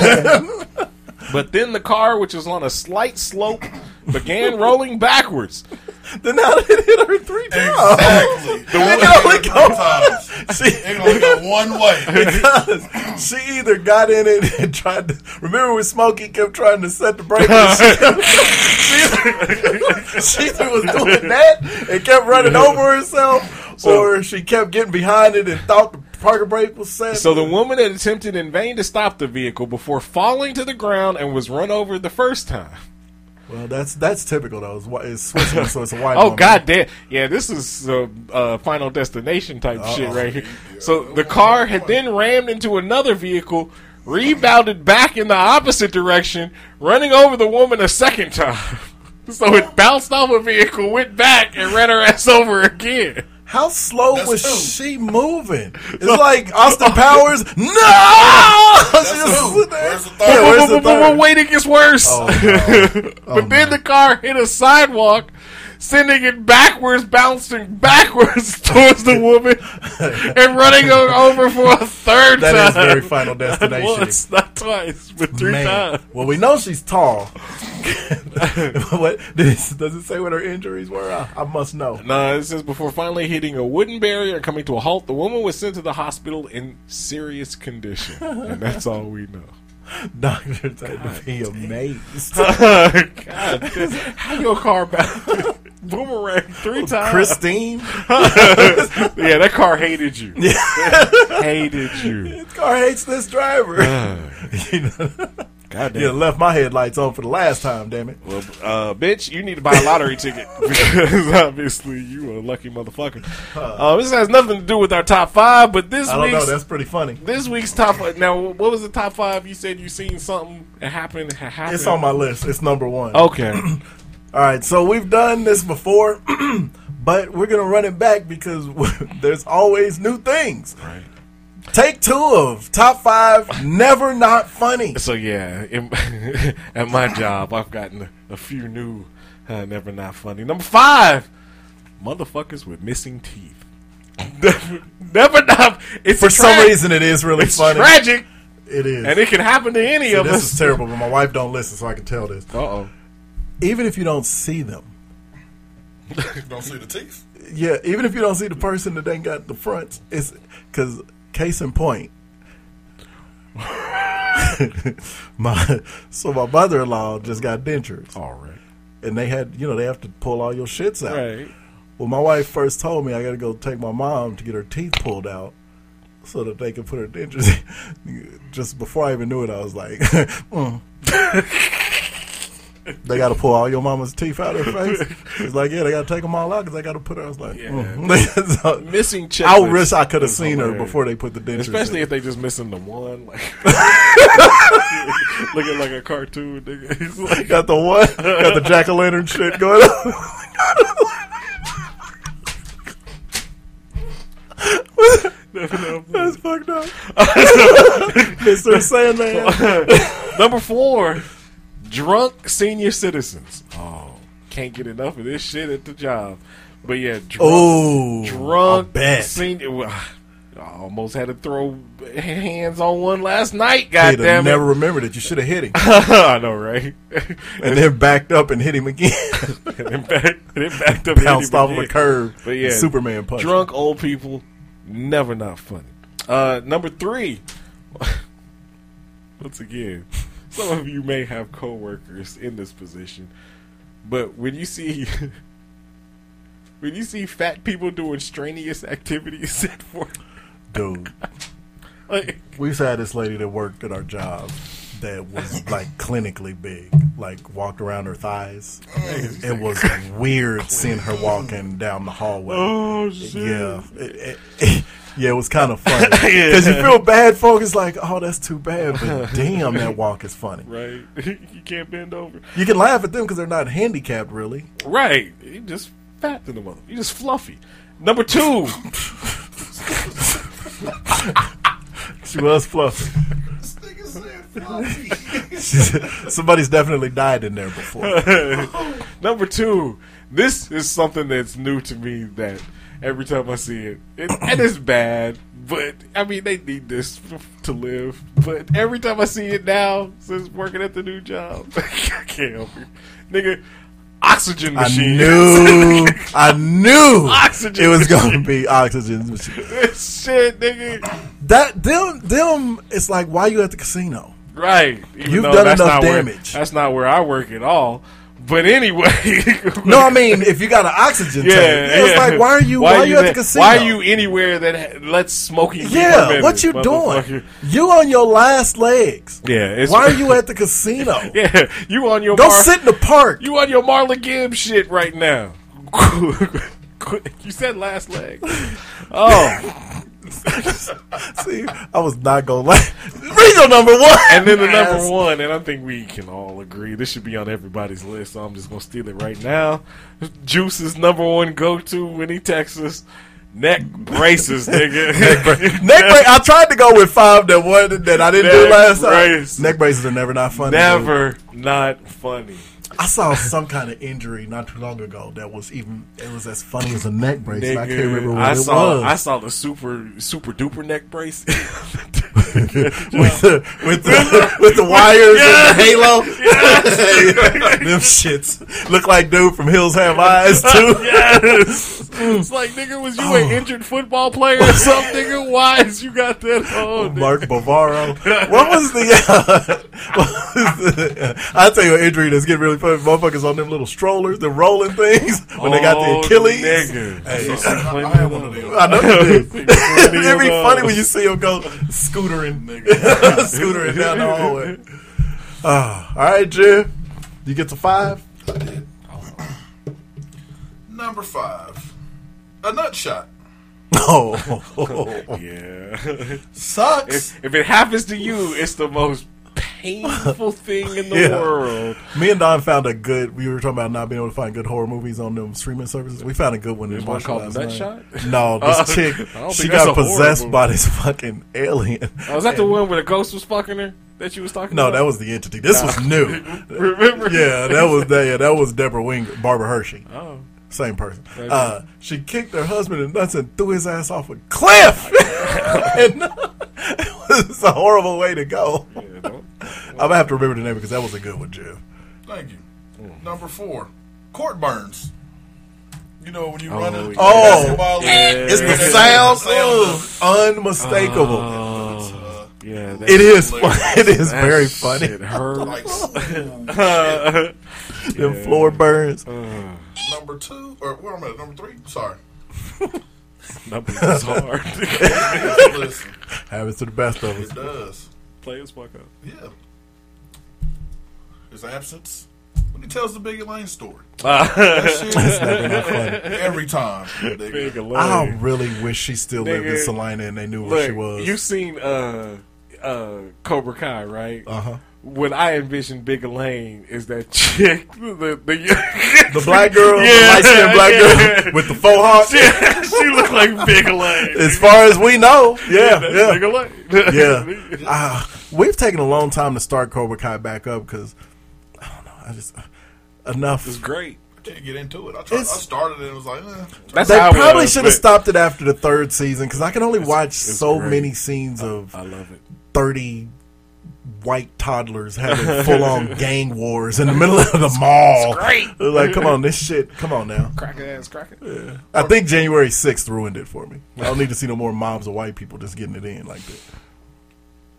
S8: But then the car, which was on a slight slope, began rolling backwards.
S9: then how did it hit her three times?
S10: Exactly.
S9: The woman- It only goes-
S10: Sometimes.
S9: See-
S10: It only go one way.
S9: because she either got in it and tried to remember when Smokey kept trying to set the brake. and she, kept- she either was doing that and kept running over herself, or she kept getting behind it and thought the parker brake was set.
S8: So the woman had attempted in vain to stop the vehicle before falling to the ground and was run over the first time.
S9: well, that's that's typical though. It's, whi- it's Switzerland, so it's a white.
S8: Oh
S9: woman.
S8: god damn! Yeah, this is uh, uh, Final Destination type shit right here. So the car had then rammed into another vehicle, rebounded back in the opposite direction, running over the woman a second time. So it bounced off a vehicle, went back, and ran her ass over again.
S9: How slow was
S10: who.
S9: she moving? It's like Austin Powers. No, She just
S10: who.
S9: sit there.
S10: Where's the third?
S9: Yeah, where's the
S8: But- but- but
S9: third?
S8: wait, it gets worse.
S9: Oh,
S8: but then the car hit a sidewalk, sending it backwards, bouncing backwards towards the woman, and running o- over for a third
S9: That
S8: time.
S9: is very Final
S8: Not
S9: Destination.
S8: once, not twice, but three times.
S9: Well, we know she's tall. what does, does it say what her injuries were? I, I must know.
S8: No, it says before finally hitting a wooden barrier and coming to a halt, the woman was sent to the hospital in serious condition, and that's all we know.
S9: Doctors had to be amazed.
S8: God, this- how your car back boomerang three times?
S9: Christine,
S8: yeah, that car hated you. hated you.
S9: this car hates this driver. you know,
S8: God damn.
S9: you left my headlights on for the last time. Damn it!
S8: Well, uh, bitch, you need to buy a lottery ticket because obviously you a lucky motherfucker. Uh, this has nothing to do with our top five, but this
S9: I don't know.
S8: week's
S9: That's pretty funny.
S8: this week's top five. Now, what was the top five? You said you seen something it happened. It happened.
S9: It's on my list. It's number one.
S8: Okay.
S9: All right, so we've done this before, but we're gonna run it back because there's always new things.
S8: Right.
S9: Take two of top five, never not funny.
S8: so yeah, in, at my job, I've gotten a, a few new, uh, never not funny. Number five, motherfuckers with missing teeth. never not. It's
S9: For
S8: a
S9: some
S8: tra-
S9: reason, it is really
S8: it's
S9: funny.
S8: tragic,
S9: It is,
S8: and it can happen to any
S9: See,
S8: of
S9: this
S8: us.
S9: is terrible. But my wife don't listen, so I can tell this.
S8: Uh oh.
S9: Even if you don't see them,
S10: Don't see the teeth.
S9: yeah, even if you don't see the person that ain't got the fronts, it's because case in point. my so my mother in law just got dentures.
S8: All right.
S9: and they had you know they have to pull all your shits out.
S8: Right.
S9: When my wife first told me I got to go take my mom to get her teeth pulled out so that they could put her dentures in, just before I even knew it, I was like, mm. they got to pull all your mama's teeth out of her face. She's like, yeah, they got to take them all out because they got to put her. I was like, mm. So,
S8: Missing
S9: I
S8: checklists
S9: wish I could have
S8: is
S9: seen her
S8: hilarious.
S9: before they put the dentures.
S8: Especially
S9: in.
S8: if they just missing the one, like looking like a cartoon. Nigga. He's like,
S9: got the one, got the jack o' lantern shit going on. That's fucked up. Mr. Sandman.
S8: Number four, drunk senior citizens. Oh, can't get enough of this shit at the job. But yeah, drunk,
S9: Oh, I
S8: drunk
S9: bet.
S8: senior. well, I almost had to throw hands on one last night.
S9: He'd
S8: God
S9: have
S8: damn it!
S9: never remembered it. You should have hit him.
S8: I know, right?
S9: and then backed up and hit him again.
S8: and then back, then backed up, and
S9: Bounced
S8: hit him
S9: off of
S8: again.
S9: a curb.
S8: But yeah,
S9: Superman punch.
S8: Drunk old people, never not funny. Uh, number three. Once again, some of you may have coworkers in this position, but when you see. When you see fat people doing strenuous activities at work,
S9: Dude.
S8: like,
S9: We used to have this lady that worked at our job that was like clinically big, like walked around her thighs. It was weird seeing her walking down the hallway.
S8: Oh, shit.
S9: Yeah, it, it- yeah, it was kind of funny because you feel bad. Folks It's like, oh, that's too bad, but damn, that walk is funny.
S8: right? you can't bend over.
S9: You can laugh at them because they're not handicapped, really.
S8: Right. You just fat than the mother. You just fluffy. Number two.
S9: She was fluffy. She's- Somebody's definitely died in there before.
S8: Number two. This is something that's new to me that every time I see it, it and it's bad, but I mean, they need this f- to live. But every time I see it now, since working at the new job, I can't help it. Nigga, oxygen
S9: I
S8: machine.
S9: knew, I knew
S8: Oxygen
S9: it was gonna
S8: machine.
S9: be oxygen machine.
S8: this shit, nigga.
S9: That them them it's like why you at the casino?
S8: Right. Even
S9: You've
S8: though
S9: done
S8: that's not
S9: enough
S8: where-
S9: damage.
S8: that's not where I work at all. But anyway,
S9: No, I mean if you got an oxygen
S8: Yeah,
S9: tank, it's
S8: yeah.
S9: like why are you why, are you at
S8: there-
S9: the casino?
S8: Why are you anywhere that ha- lets smoking? be
S9: Yeah,
S8: permitted,
S9: what you
S8: motherfucker?
S9: doing? You on your last legs.
S8: Yeah, it's,
S9: Why are you at the casino?
S8: Yeah, you on your
S9: Go
S8: Mar-
S9: sit in the park.
S8: You on your Marla Gibbs shit right now? you said last leg. Oh,
S9: See, I was not gonna laugh. Reason number one,
S8: and then the
S9: Yes.
S8: number one, and I think we can all agree this should be on everybody's list. So I'm just gonna steal it right now. Juice's number one go to when he texts us. Neck braces, nigga. neck braces.
S9: Neck brace. I tried to go with five that one that I didn't do
S8: Neck
S9: last time.
S8: braces.
S9: Neck braces are never not funny. dude.
S8: Never not funny.
S9: I saw some kind of injury not too long ago that was even it was as funny as a neck brace. and I can't
S8: Nigga,
S9: remember what
S8: I
S9: it
S8: saw
S9: was.
S8: I saw the super super duper neck brace
S9: with the with the, with the wires
S8: Yeah.
S9: and the halo.
S8: Yes.
S9: Them shits look like dude from Hills Have Eyes too.
S8: yes. It's like nigga, was you
S9: Oh.
S8: an injured football player or something? nigga, why is you got that on?
S9: Oh, Mark Bavaro. What was the? what was the- I tell you, an injury that's getting really funny. Motherfuckers on them little strollers, the rolling things when they got
S8: Oh,
S9: the Achilles.
S8: nigga.
S9: Hey,
S8: So
S9: I, I am one of them. I know you do. It'd be funny when you see him go scootering, scootering down the hallway. Ah, all right, Jim, you get to five.
S10: Number five, a nut shot.
S9: Oh,
S8: Yeah.
S10: Sucks.
S8: if, if it happens to you, it's the most painful thing in the
S9: Yeah.
S8: world.
S9: Me and Don found a good. We were talking about not being able to find good horror movies on them streaming services. We found a good one. in
S8: There's one
S9: Marshall
S8: called
S9: last
S8: Nutshot?
S9: night. No, this
S8: Uh,
S9: chick.
S8: I don't
S9: She
S8: think that's a
S9: got
S8: horror
S9: possessed
S8: movie.
S9: by this fucking alien.
S8: Oh, was that the one where the ghost was fucking her that you was talking
S9: No,
S8: about?
S9: that was the entity. This
S8: Nah.
S9: was new.
S8: Remember?
S9: Yeah, that was that. Yeah, that was Deborah Wing, Barbara Hershey.
S8: Oh.
S9: Same person.
S8: Okay.
S9: Uh, she kicked her husband in the nuts and threw his ass off a cliff. and it was a horrible way to go. I'm gonna have to remember the name because that was a good one, Jeff.
S10: Thank you. Number four, court burns. You know when you run a
S9: Oh,
S10: basketball league,
S9: it's the
S10: there's
S9: sound,
S10: a
S9: oh, unmistakable.
S8: Oh. Yeah, that
S9: it is.
S8: shit-
S9: fun- It is
S8: that
S9: very funny.
S8: shit hurt.
S10: Like,
S8: Uh,
S9: Them floor burns.
S10: Number number two, or where am I at? Number three? Sorry.
S8: Number is hard.
S10: Listen.
S9: Happens to the best of us.
S10: It does.
S8: Players fuck up.
S10: Yeah. His absence. When he tells the Big Lane story.
S8: Ah.
S10: That shit-
S8: That's never not funny.
S10: Every time. nigga.
S8: Big Lane.
S9: I really wish she still lived in
S8: Nigga.
S9: Salina and they knew where she was.
S8: You've seen uh uh Cobra Kai, right?
S9: Uh-huh.
S8: What I envision Big Elaine is that chick, the the,
S9: The black girl, the light-skinned black girl with the faux hawk.
S8: Yeah, she looked like Big Elaine.
S9: as far as we know, yeah,
S8: that's
S9: yeah,
S8: Big Elaine.
S9: yeah. Ah, we've taken a long time to start Cobra Kai back up because I don't know. I just enough.
S8: It's great.
S10: I can't get into it. I, tried, I started it and was like, eh.
S9: they probably should have stopped it after the third season because I can only watch so
S8: great.
S9: many scenes of
S8: I love it.
S9: thirty white toddlers having full on gang wars in the middle of the mall.
S8: great.
S9: Like, come on, this shit. Come on now.
S8: Crack ass, crack it.
S9: I think January sixth ruined it for me. I don't need to see no more moms of white people just getting it in like that.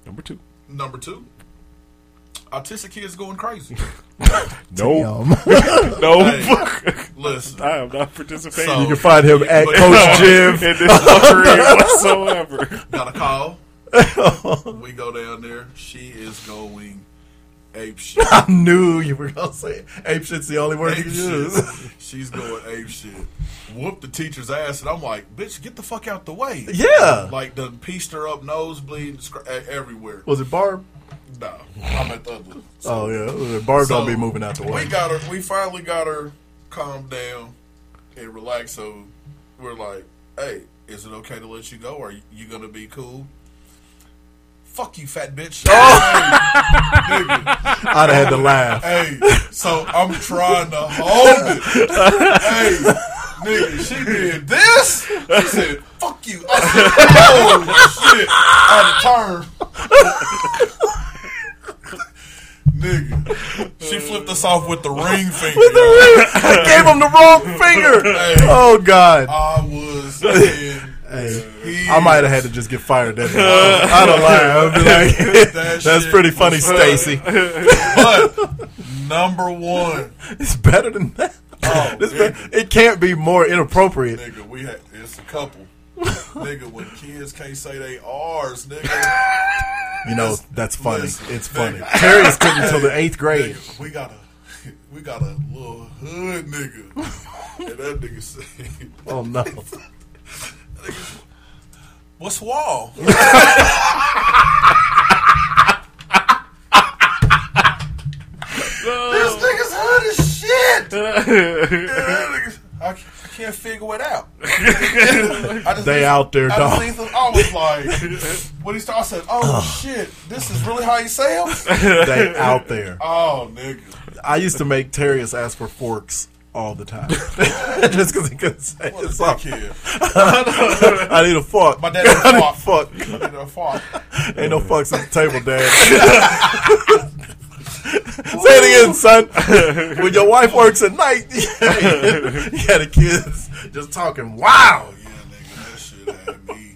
S8: Number two.
S10: Number two. Autistic kids going crazy.
S8: No,
S9: Damn.
S8: no.
S10: Hey, listen.
S8: I am not participating.
S9: You can find him at
S8: But-
S9: Coach Jim.
S8: in this fuckery whatsoever.
S10: Got a call. we go down there. She is going ape shit.
S9: I knew you were gonna say it. ape shit's the only word
S10: Ape
S9: you can
S10: shit.
S9: use.
S10: She's going ape shit. Whoop the teacher's ass, and I'm like, bitch, get the fuck out the way.
S9: Yeah.
S10: Like, the pieced her up, nosebleed scr- e- everywhere.
S9: Was it Barb?
S10: No, I'm at the other. one.
S9: Oh yeah, Barb
S10: So,
S9: don't be moving out the way.
S10: We got her. We finally got her calmed down and relaxed. So we're like, "Hey, is it okay to let you go? Are you gonna be cool?" Fuck you, fat bitch. Hey, nigga.
S9: I'd have had to laugh.
S10: Hey, so I'm trying to hold it. Hey, nigga, she did this. She said, "Fuck you." I said, "Oh shit!" I had to turn. nigga, she flipped us off with the ring finger.
S9: I gave him the wrong finger.
S10: Hey.
S9: Oh God.
S10: I was. in
S9: Hey, I might have had to just get fired that day. I don't lie. I'd be like,
S10: That
S9: "That's
S10: shit
S9: pretty funny,
S10: was
S9: Stacy."
S10: But number one,
S9: It's better than that.
S10: Oh,
S9: This
S10: nigga.
S9: be- it can't be more inappropriate.
S10: nigga, we had it's a couple. nigga, when kids can't say they ours, nigga,
S9: You know, that's funny.
S10: listen,
S9: it's
S10: nigga.
S9: funny. Terry's couldn't until the eighth grade.
S10: nigga, we got a we got a little hood nigga, and that nigga said,
S9: Oh no.
S10: "What's wall?" This nigga's hood is shit. That nigga's- I, c- I can't figure it out. I just
S9: They out there,
S10: I, just
S9: dog.
S10: leaned through- I was like, when he started, I said, "Oh shit, this is really how you sounds."
S9: They out there.
S10: Oh nigga,
S9: I used to make Terrius ask for forks all the time, just because he couldn't say it.
S10: what a
S9: It's all-
S10: dickhead.
S9: I need a fork.
S10: My dad is
S9: I need a
S10: fuck.
S9: fork.
S10: Nigga, the fuck.
S9: Ain't no fucks at the table, Dad. Say it again, son. When your wife works at night, yeah, the kids just talking. Wow.
S10: Oh yeah, nigga, that shit had me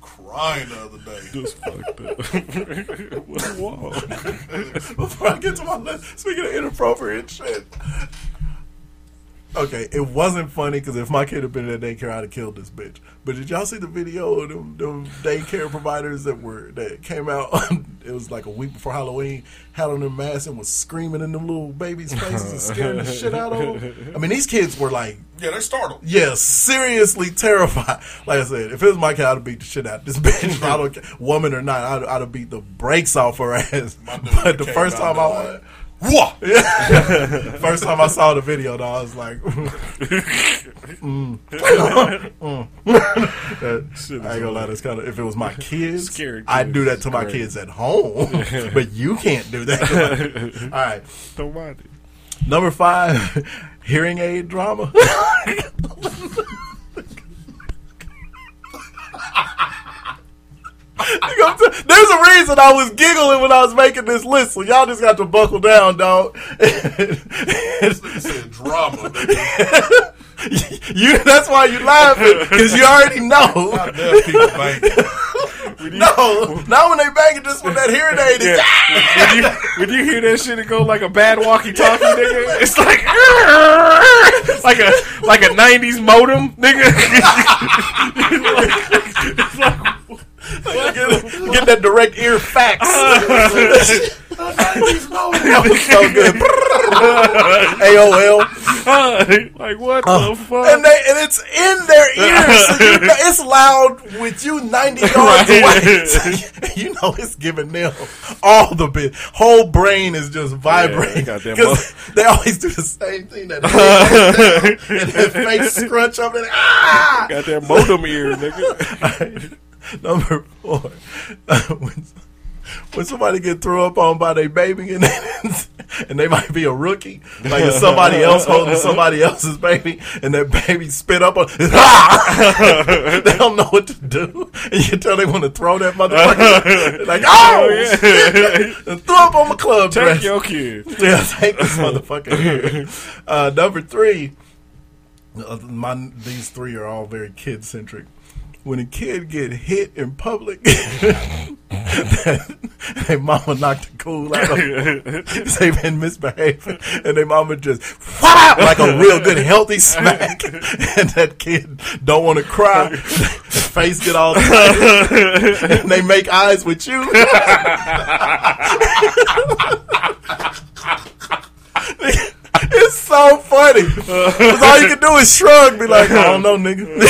S10: crying the other day.
S8: Just fucked up. what a wall.
S9: Before I get to my list, speaking of inappropriate shit. Okay, it wasn't funny because if my kid had been in that daycare, I'd have killed this bitch. But did y'all see the video of them, them daycare providers that were that came out? it was like a week before Halloween, had on their masks and was screaming in them little babies' faces and scaring the shit out of them. I mean, these kids were like
S10: Yeah, they startled.
S9: yeah, seriously terrified. Like I said, if it was my kid, I'd have beat the shit out of this bitch. I don't care, woman or not, I'd, I'd have beat the brakes off her ass.
S10: dude
S9: But the
S10: came
S9: first
S10: out
S9: time I
S10: there
S9: wa- Whoa! Yeah. first time I saw the video, though, I was like, Mm. Mm.
S8: is
S9: I ain't gonna lie, that's kind of if it was my kids,
S8: Scary
S9: I'd do that
S8: kids
S9: to
S8: is
S9: my
S8: great.
S9: kids at home, but you can't do that. All right,
S8: Don't mind it.
S9: number five, hearing aid drama. Nigga, I'm t- There's a reason I was giggling when I was making this list, so y'all just got to buckle down, dog.
S10: Nigga said drama. Nigga.
S9: you, that's why you laughing, because you already know.
S10: How deaf people think.
S9: no, not when they bang it, just when that hearing aid is.
S8: when, you, when you hear that shit, it go like a bad walkie-talkie, nigga. It's like "Arrgh!" like a like a '90s modem, nigga. It's like- it's like
S9: get that direct ear fax.
S8: that
S9: was so good.
S8: AOL. like what the fuck?
S9: And, they, and it's in their ears. so you know- it's loud with you 90 yards away. So you- you know it's giving them all the bit. Whole brain is just vibrating.
S8: got that
S9: 'Cause they always do the same thing. That and that face scrunch up and ah!
S8: Got that modem ear, nigga.
S9: Number four. when, when somebody get thrown up on by their baby and, and they might be a rookie, like it's somebody else holding somebody else's baby, and that baby spit up on, Ah! they don't know what to do, and you tell they want to throw that motherfucker, They're like
S8: Oh,
S9: oh,
S8: yeah.
S9: shit, and throw up on my club
S8: Take
S9: dress.
S8: your kid.
S9: yeah, take this motherfucker. here. Uh, number three, uh, my these three are all very kid centric. When a kid get hit in public, their mama knocked the cool out of them. They've been misbehaving, and their mama just whap, like a real good healthy smack, and that kid don't want to cry. Face get all, and they make eyes with you. It's so funny. 'Cause all you can do is shrug, be like, I don't know, nigga.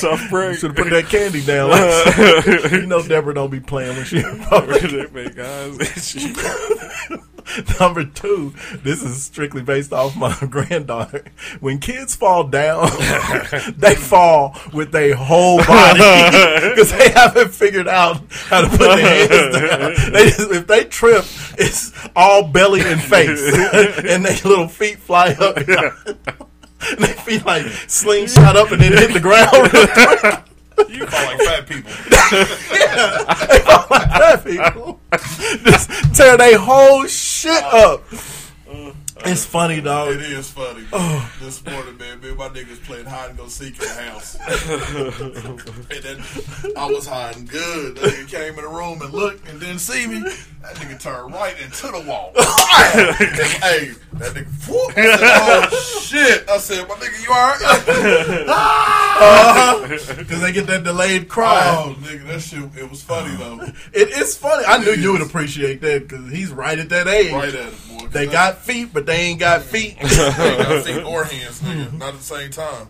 S8: Tough break.
S9: Should have put that candy down. Like, you know, Deborah don't be playing when she in public.
S8: They make eyes at you.
S9: Number two, this is strictly based off my granddaughter. When kids fall down, they fall with their whole body because they haven't figured out how to put their hands down. They just, if they trip, it's all belly and face, and their little feet fly up. And they feet like slingshot up and then hit the ground. real quick.
S10: You call like fat people.
S9: They fall like that, people. Just tear their whole shit up. It's funny, dog.
S10: It is funny.
S9: Oh.
S10: This morning, man, me and my niggas playing hide and go seek in the house. and then I was hiding good. That nigga came in the room and looked and didn't see me. That nigga turned right into the wall. hey, that nigga, whoop. I said, oh shit. I said, my nigga, you alright?
S9: Because they get that delayed cry.
S10: oh, nigga, that shit, it was funny though.
S9: It is funny. I knew you would appreciate that because he's right at that age.
S10: Right at it, boy.
S9: They got feet, but they ain't got feet.
S10: They got feet or hands, nigga. Not at the same time.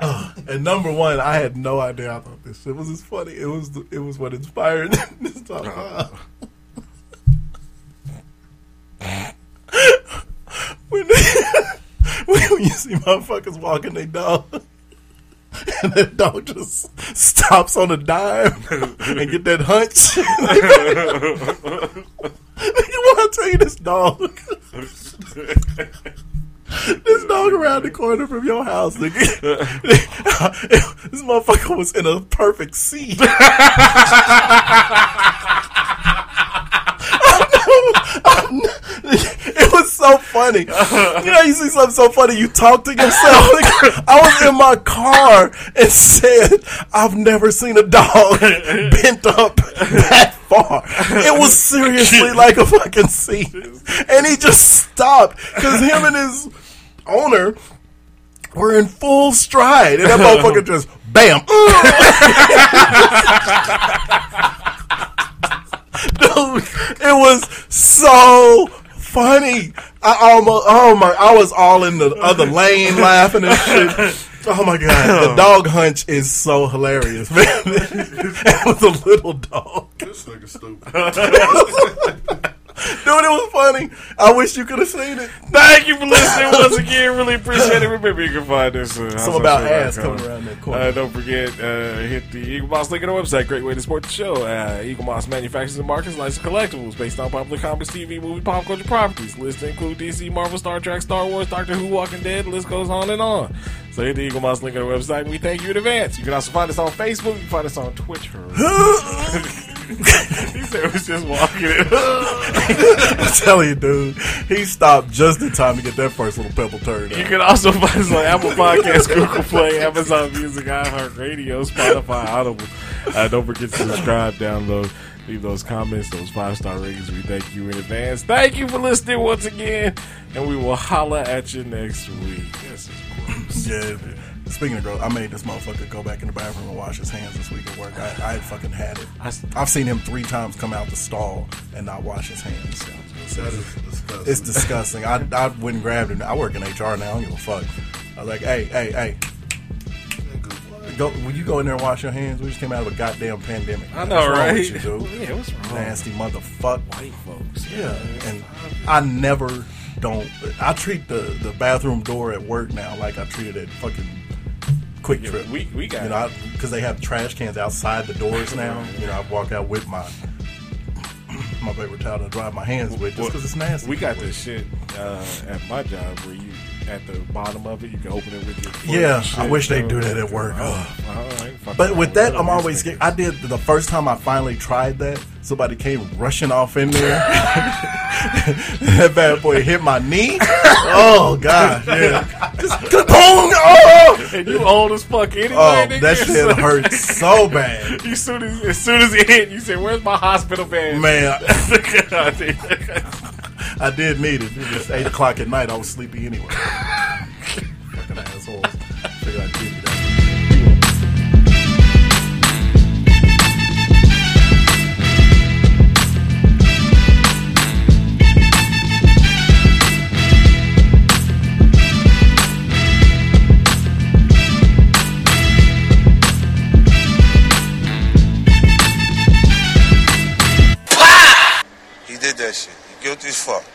S9: and number one, I had no idea. I thought this shit was as funny. It was. The, it was what inspired this top five. when, when you see motherfuckers walking their dog. And the dog just stops on a dime and get that hunch. Nigga, when I tell you this dog, this dog around the corner from your house, nigga. this motherfucker was in a perfect seat. I know, I know. It was so funny. You know, you see something so funny, you talk to yourself. Like, I was in my car and said, I've never seen a dog bent up that far. It was seriously like a fucking scene. And he just stopped because him and his owner were in full stride. And that motherfucker just, bam. Dude, it was so funny. I almost, oh my, I was all in the other lane laughing and shit. Oh my god, the dog hunch is so hilarious, man. it was a little dog.
S10: This nigga stupid.
S9: Dude, it was funny. I wish you could have seen it.
S8: Thank you for listening once again. Really appreciate it. Remember, you can find us. Uh,
S9: Something about ass coming around that corner.
S8: Uh, don't forget, uh, hit the Eagle Moss link on our website. Great way to support the show. Uh, Eagle Moss manufactures and markets licensed collectibles based on popular comics, TV, movie, pop culture properties. Lists include DC, Marvel, Star Trek, Star Wars, Doctor Who, Walking Dead. The list goes on and on. So hit the Eagle Moss link on our website. We thank you in advance. You can also find us on Facebook. You can find us on Twitter. he said it was just walking
S9: I'm telling you, dude, he stopped just in time to get that first little pebble turn.
S8: You can also find us on Apple Podcasts, Google Play, Amazon Music, iHeartRadio, Spotify, Audible. Uh, don't forget to subscribe, download, leave those comments, those five star ratings. We thank you in advance. Thank you for listening once again, and we will holla at you next week. This is gross.
S12: Yeah.
S9: Speaking of gross, I made this motherfucker go back in the bathroom and wash his hands this week at work. I, I had fucking had it.
S8: I,
S9: have seen him three times come out the stall and not wash his hands.
S10: That is disgusting.
S9: It's disgusting. I, I wouldn't grab him. I work in HR now. I don't give a fuck. I was like, hey, hey, hey. Go, when you go in there and wash your hands, we just came out of a goddamn pandemic.
S8: I know,
S9: wrong
S8: right?
S9: with you, dude?
S8: Yeah, what's wrong?
S9: Nasty motherfucker.
S8: White folks.
S9: Yeah, and I never don't. I treat the, the bathroom door at work now like I treated it fucking quick
S8: Yeah,
S9: trip.
S8: we- we got
S9: you know because they have trash cans outside the doors now. you know, I walk out with my my paper towel to dry my hands with just
S8: Well,
S9: because it's nasty.
S8: We got this shit uh, at my job where you at the bottom of it, you can open it with your. Foot
S9: Yeah,
S8: and shit,
S9: I wish they
S8: bro.
S9: do that at work. Ugh.
S8: oh, All right, fuck
S9: But
S8: around
S9: with that, I'm
S8: these
S9: always
S8: niggas.
S9: get. I did the first time I finally tried that. Somebody came rushing off in there. that bad boy hit my knee. Oh god, yeah. Just kaboom! Oh,
S8: and you old as fuck anyway.
S9: oh
S8: nigga.
S9: that shit hurt so bad,
S8: You soon as, as soon as it hit, you said, "Where's my hospital bag?"
S9: man.
S8: Man,
S9: I did need it. It was eight o'clock at night. I was sleepy anyway. Fucking assholes. Figured I'd give you that.
S7: He did that shit. He guilty as fuck.